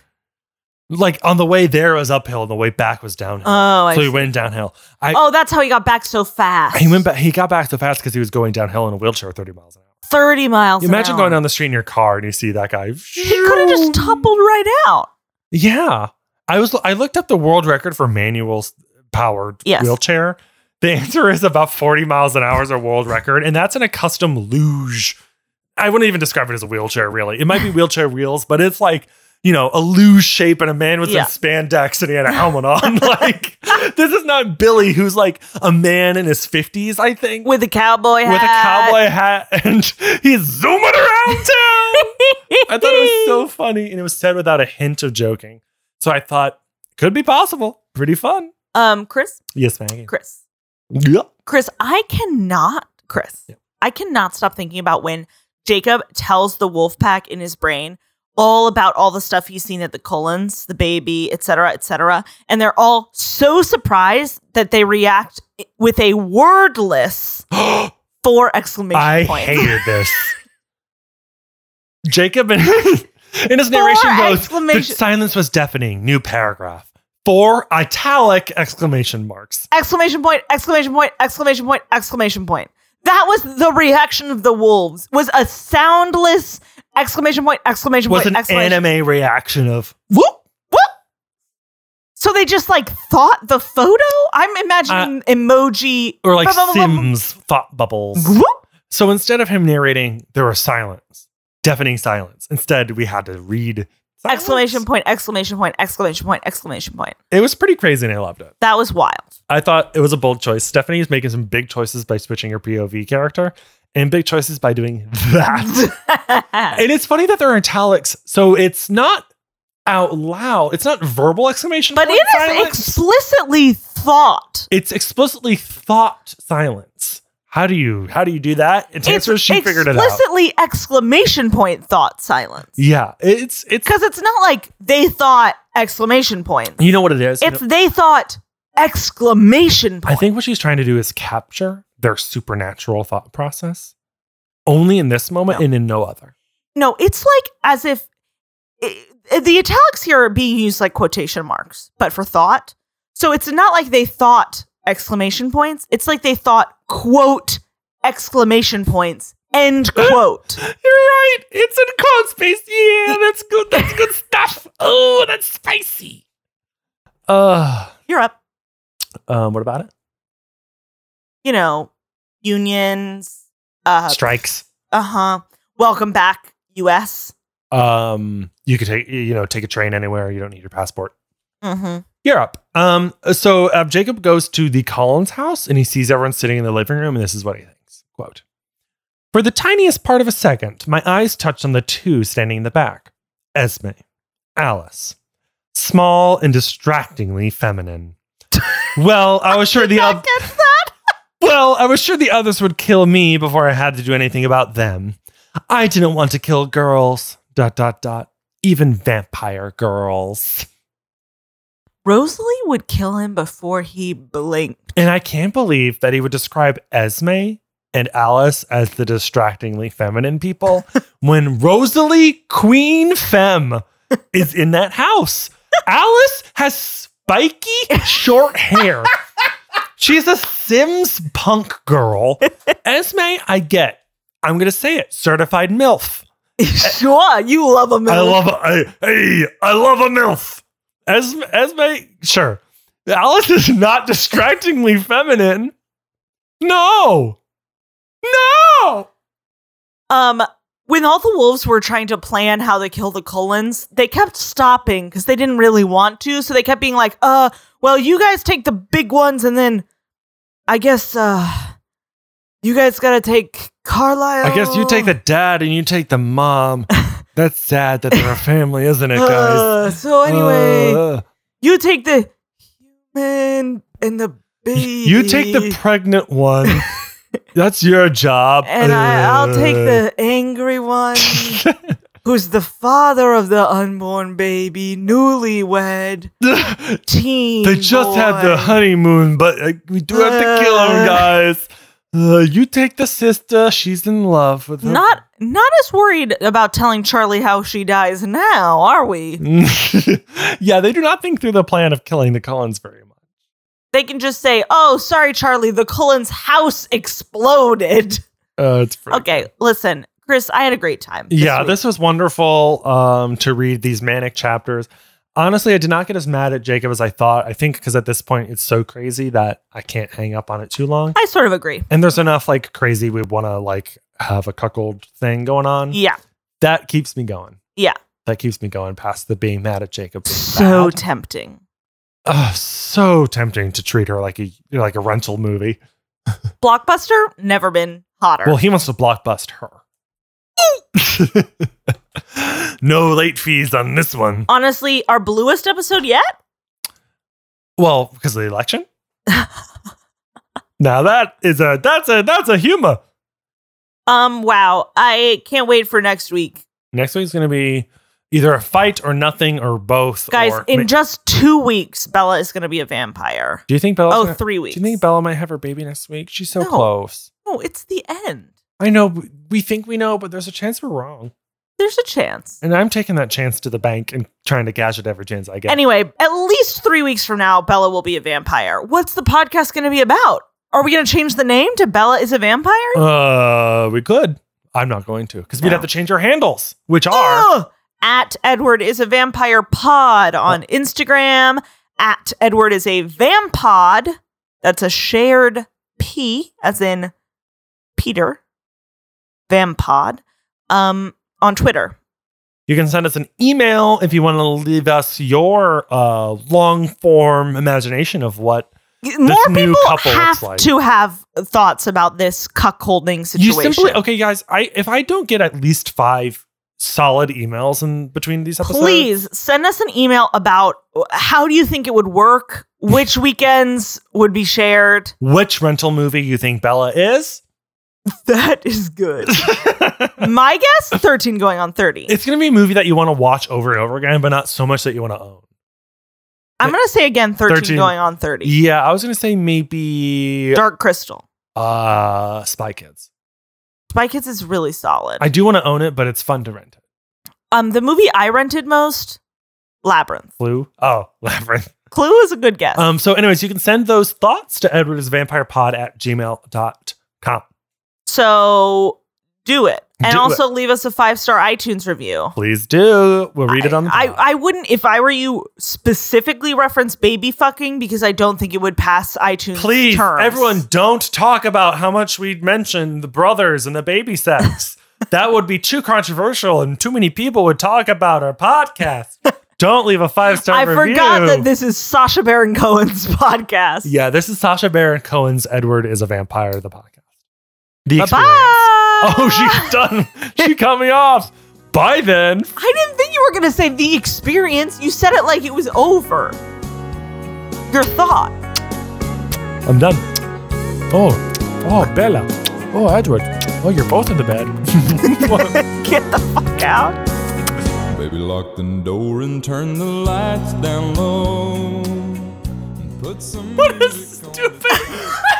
[SPEAKER 1] Like on the way there was uphill, and the way back was downhill.
[SPEAKER 2] Oh, I
[SPEAKER 1] so he
[SPEAKER 2] see.
[SPEAKER 1] went downhill. I
[SPEAKER 2] oh, that's how he got back so fast.
[SPEAKER 1] he went back. He got back so fast because he was going downhill in a wheelchair, at thirty miles an hour.
[SPEAKER 2] 30 miles. an
[SPEAKER 1] Imagine
[SPEAKER 2] hour.
[SPEAKER 1] going down the street in your car and you see that guy.
[SPEAKER 2] He could have just toppled right out.
[SPEAKER 1] Yeah, I was. I looked up the world record for manual powered
[SPEAKER 2] Yes.
[SPEAKER 1] wheelchair. The answer is about forty miles an hour is a world record, and that's in a custom luge. I wouldn't even describe it as a wheelchair, really. It might be wheelchair wheels, but it's like you know a luge shape, and a man with
[SPEAKER 2] Yeah.
[SPEAKER 1] some spandex and he had a helmet on. like this is not Billy, who's like a man in his fifties, I think,
[SPEAKER 2] With a cowboy hat.
[SPEAKER 1] with a cowboy hat and he's zooming around town. I thought it was so funny and it was said without a hint of joking. So I thought could be possible. Pretty fun.
[SPEAKER 2] Um, Chris,
[SPEAKER 1] Yes, Maggie.
[SPEAKER 2] Chris,
[SPEAKER 1] Yeah.
[SPEAKER 2] Chris, I cannot, Chris,
[SPEAKER 1] Yeah.
[SPEAKER 2] I cannot stop thinking about when Jacob tells the wolf pack in his brain all about all the stuff he's seen at the Cullens, the baby, et cetera, et cetera. And they're all so surprised that they react with a wordless four exclamation
[SPEAKER 1] I
[SPEAKER 2] points.
[SPEAKER 1] hated this. Jacob in, in his
[SPEAKER 2] Four
[SPEAKER 1] narration goes, the
[SPEAKER 2] exclamation-
[SPEAKER 1] silence was deafening. New paragraph. Four italic exclamation marks.
[SPEAKER 2] exclamation point exclamation point exclamation point exclamation point that was the reaction of the wolves was a soundless exclamation point exclamation
[SPEAKER 1] Was
[SPEAKER 2] point
[SPEAKER 1] an
[SPEAKER 2] exclamation
[SPEAKER 1] anime reaction of
[SPEAKER 2] whoop whoop so they just like thought the photo i'm imagining
[SPEAKER 1] Uh,
[SPEAKER 2] emoji
[SPEAKER 1] or like
[SPEAKER 2] blah, blah, blah, blah,
[SPEAKER 1] Sims thought bubbles.
[SPEAKER 2] whoop.
[SPEAKER 1] So instead of him narrating, there was silence, deafening silence. Instead, we had to read silence.
[SPEAKER 2] exclamation point exclamation point exclamation point exclamation point
[SPEAKER 1] It was pretty crazy, and I loved it.
[SPEAKER 2] that was wild
[SPEAKER 1] I thought it was a bold choice. Stephanie is making some big choices by switching her POV character, and big choices by doing that. and it's funny that they're italics, so it's not out loud. It's not verbal exclamation.
[SPEAKER 2] but
[SPEAKER 1] point
[SPEAKER 2] it is
[SPEAKER 1] silence.
[SPEAKER 2] explicitly thought
[SPEAKER 1] it's explicitly thought silence. How do you how do you do that? It's answer is she figured it out.
[SPEAKER 2] explicitly exclamation point thought silence
[SPEAKER 1] Yeah, it's it's
[SPEAKER 2] Because it's not like they thought exclamation point.
[SPEAKER 1] you know what it is. You know-
[SPEAKER 2] It's they thought exclamation
[SPEAKER 1] I
[SPEAKER 2] point.
[SPEAKER 1] think what she's trying to do is capture their supernatural thought process only in this moment
[SPEAKER 2] No.
[SPEAKER 1] and in no other.
[SPEAKER 2] no, it's like as if i i- the italics here are being used like quotation marks, but for thought. So it's not like they thought exclamation points. It's like they thought quote exclamation points end quote.
[SPEAKER 1] You're right. It's in code space. Yeah, that's good. That's good stuff. Oh, that's spicy. Uh,
[SPEAKER 2] You're up.
[SPEAKER 1] um, what about it?
[SPEAKER 2] You know, unions. Uh
[SPEAKER 1] Strikes.
[SPEAKER 2] huh. Welcome back, U.S.
[SPEAKER 1] Um, you could take you know take a train anywhere. You don't need your passport.
[SPEAKER 2] Mm-hmm.
[SPEAKER 1] Europe. Um, so uh, Jacob goes to the Collins house and he sees everyone sitting in the living room, and this is what he thinks. Quote For the tiniest part of a second, my eyes touched on the two standing in the back Esme, Alice, small and distractingly feminine. well, I was sure the
[SPEAKER 2] Oh
[SPEAKER 1] oth- well, I was sure the others would kill me before I had to do anything about them. I didn't want to kill girls. Dot dot dot. Even vampire girls.
[SPEAKER 2] Rosalie would kill him before he blinked.
[SPEAKER 1] And I can't believe that he would describe Esme and Alice as the distractingly feminine people when Rosalie Queen Femme is in that house. Alice has spiky short hair. She's a Sims punk girl. Esme, I get. I'm going to say it certified MILF.
[SPEAKER 2] sure, you love a
[SPEAKER 1] I
[SPEAKER 2] milf.
[SPEAKER 1] love a, I, hey, I love a MILF. Esme, Esme, sure. Alice is not distractingly feminine. No. No.
[SPEAKER 2] um, when all the wolves were trying to plan how to kill the Cullens, they kept stopping because they didn't really want to. So they kept being like, "Uh, well, you guys take the big ones, and then I guess uh, you guys gotta take Carlisle."
[SPEAKER 1] I guess you take the dad and you take the mom. That's sad that they're a family, isn't it, guys?
[SPEAKER 2] Uh, so anyway,
[SPEAKER 1] Uh,
[SPEAKER 2] you take the human and the baby.
[SPEAKER 1] you take the pregnant one. That's your job.
[SPEAKER 2] and I, I'll take
[SPEAKER 1] Uh,
[SPEAKER 2] the angry one. who's the father of the unborn baby, newlywed, teen.
[SPEAKER 1] they just had
[SPEAKER 2] boy.
[SPEAKER 1] the honeymoon, but uh, we do have to kill them,
[SPEAKER 2] Uh.
[SPEAKER 1] guys. Uh, you take the sister. She's in love with her.
[SPEAKER 2] Not not as worried about telling Charlie how she dies now, are we?
[SPEAKER 1] yeah, they do not think through the plan of killing the Collins very much.
[SPEAKER 2] They can just say, "Oh, sorry, Charlie, the Cullen's house exploded."
[SPEAKER 1] Uh, it's pretty
[SPEAKER 2] Okay, listen, Chris, I had a great time.
[SPEAKER 1] yeah
[SPEAKER 2] week.
[SPEAKER 1] this was wonderful um to read these manic chapters honestly i did not get as mad at jacob as i thought i think because at this point it's so crazy that i can't hang up on it too long
[SPEAKER 2] I sort of agree.
[SPEAKER 1] and there's enough like crazy we want to like have a cuckold thing going on
[SPEAKER 2] Yeah,
[SPEAKER 1] that keeps me going
[SPEAKER 2] Yeah.
[SPEAKER 1] that keeps me going past the being mad at jacob being
[SPEAKER 2] so
[SPEAKER 1] bad.
[SPEAKER 2] tempting.
[SPEAKER 1] Ugh, so tempting to treat her like a like a rental movie
[SPEAKER 2] Blockbuster never been hotter.
[SPEAKER 1] Well, he wants to blockbust her. no late fees on this one.
[SPEAKER 2] Honestly, our bluest episode yet.
[SPEAKER 1] Well, because of the election. now that is a that's a that's a humor.
[SPEAKER 2] Um, wow. I can't wait for next week.
[SPEAKER 1] Next week's gonna be either a fight or nothing or both.
[SPEAKER 2] Guys,
[SPEAKER 1] or,
[SPEAKER 2] in just two weeks, Bella is going to be a vampire.
[SPEAKER 1] do you think Bella?
[SPEAKER 2] Oh, three weeks.
[SPEAKER 1] do you think Bella might have her baby next week? She's so
[SPEAKER 2] No.
[SPEAKER 1] close.
[SPEAKER 2] No, it's the end.
[SPEAKER 1] I know b- we think we know, but there's a chance we're wrong,
[SPEAKER 2] There's a chance.
[SPEAKER 1] and I'm taking that chance to the bank and trying to gadget every chance I get.
[SPEAKER 2] Anyway, at least three weeks from now, Bella will be a vampire. What's the podcast going to be about? Are we going to change the name to Bella is a Vampire?
[SPEAKER 1] uh, we could. I'm not going to because we'd
[SPEAKER 2] No.
[SPEAKER 1] have to change our handles, which are.
[SPEAKER 2] Ugh! At Edward is a Vampire Pod on Instagram. At Edward is a Vampod. That's a shared P, as in Peter. Vampod. Um, on Twitter.
[SPEAKER 1] You can send us an email if you want to leave us your uh, long form imagination of what
[SPEAKER 2] More
[SPEAKER 1] new
[SPEAKER 2] people
[SPEAKER 1] couple looks
[SPEAKER 2] have
[SPEAKER 1] like.
[SPEAKER 2] to have thoughts about this cuckolding situation.
[SPEAKER 1] you simply. Okay, guys, I if I don't get at least five solid emails in between these episodes,
[SPEAKER 2] Please send us an email about how do you think it would work, which weekends would be shared.
[SPEAKER 1] which rental movie you think Bella is?
[SPEAKER 2] That is good. My guess 13 going on 30.
[SPEAKER 1] It's gonna be a movie that you want to watch over and over again, but not so much that you want to own.
[SPEAKER 2] I'm going to say again 13,
[SPEAKER 1] 13.
[SPEAKER 2] going on 30.
[SPEAKER 1] Yeah, I was gonna say maybe
[SPEAKER 2] Dark Crystal.
[SPEAKER 1] uh Spy Kids.
[SPEAKER 2] Spy Kids is really solid.
[SPEAKER 1] I do want to own it, but it's fun to rent it.
[SPEAKER 2] um, the movie I rented most, Labyrinth.
[SPEAKER 1] Clue. Oh, Labyrinth.
[SPEAKER 2] Clue is a good guess.
[SPEAKER 1] Um, so, anyways, you can send those thoughts to edwardsvampirepod at gmail.com.
[SPEAKER 2] so do it. And
[SPEAKER 1] Do
[SPEAKER 2] also leave us a five star iTunes review.
[SPEAKER 1] Please do. We'll read it on the
[SPEAKER 2] I,
[SPEAKER 1] pod.
[SPEAKER 2] I wouldn't if I were you specifically reference baby fucking because I don't think it would pass iTunes.
[SPEAKER 1] Please,
[SPEAKER 2] terms.
[SPEAKER 1] everyone, don't talk about how much we'd mentioned the brothers and the baby sex. that would be too controversial, and too many people would talk about our podcast. don't leave a five star
[SPEAKER 2] I
[SPEAKER 1] review.
[SPEAKER 2] forgot that this is Sasha Baron Cohen's podcast.
[SPEAKER 1] yeah, this is Sasha Baron Cohen's Edward is a Vampire, the podcast. The
[SPEAKER 2] Bye.
[SPEAKER 1] experience. Oh, she's done. she cut me off. Bye then.
[SPEAKER 2] I didn't think you were gonna say the experience. You said it like it was over. Your thought.
[SPEAKER 1] I'm done. Oh, oh, Bella. Oh, Edward. Oh, you're both in the bed.
[SPEAKER 2] Get the fuck out.
[SPEAKER 3] Baby, lock the door and turn the lights down low. And put some
[SPEAKER 1] What a
[SPEAKER 3] music on the
[SPEAKER 1] stupid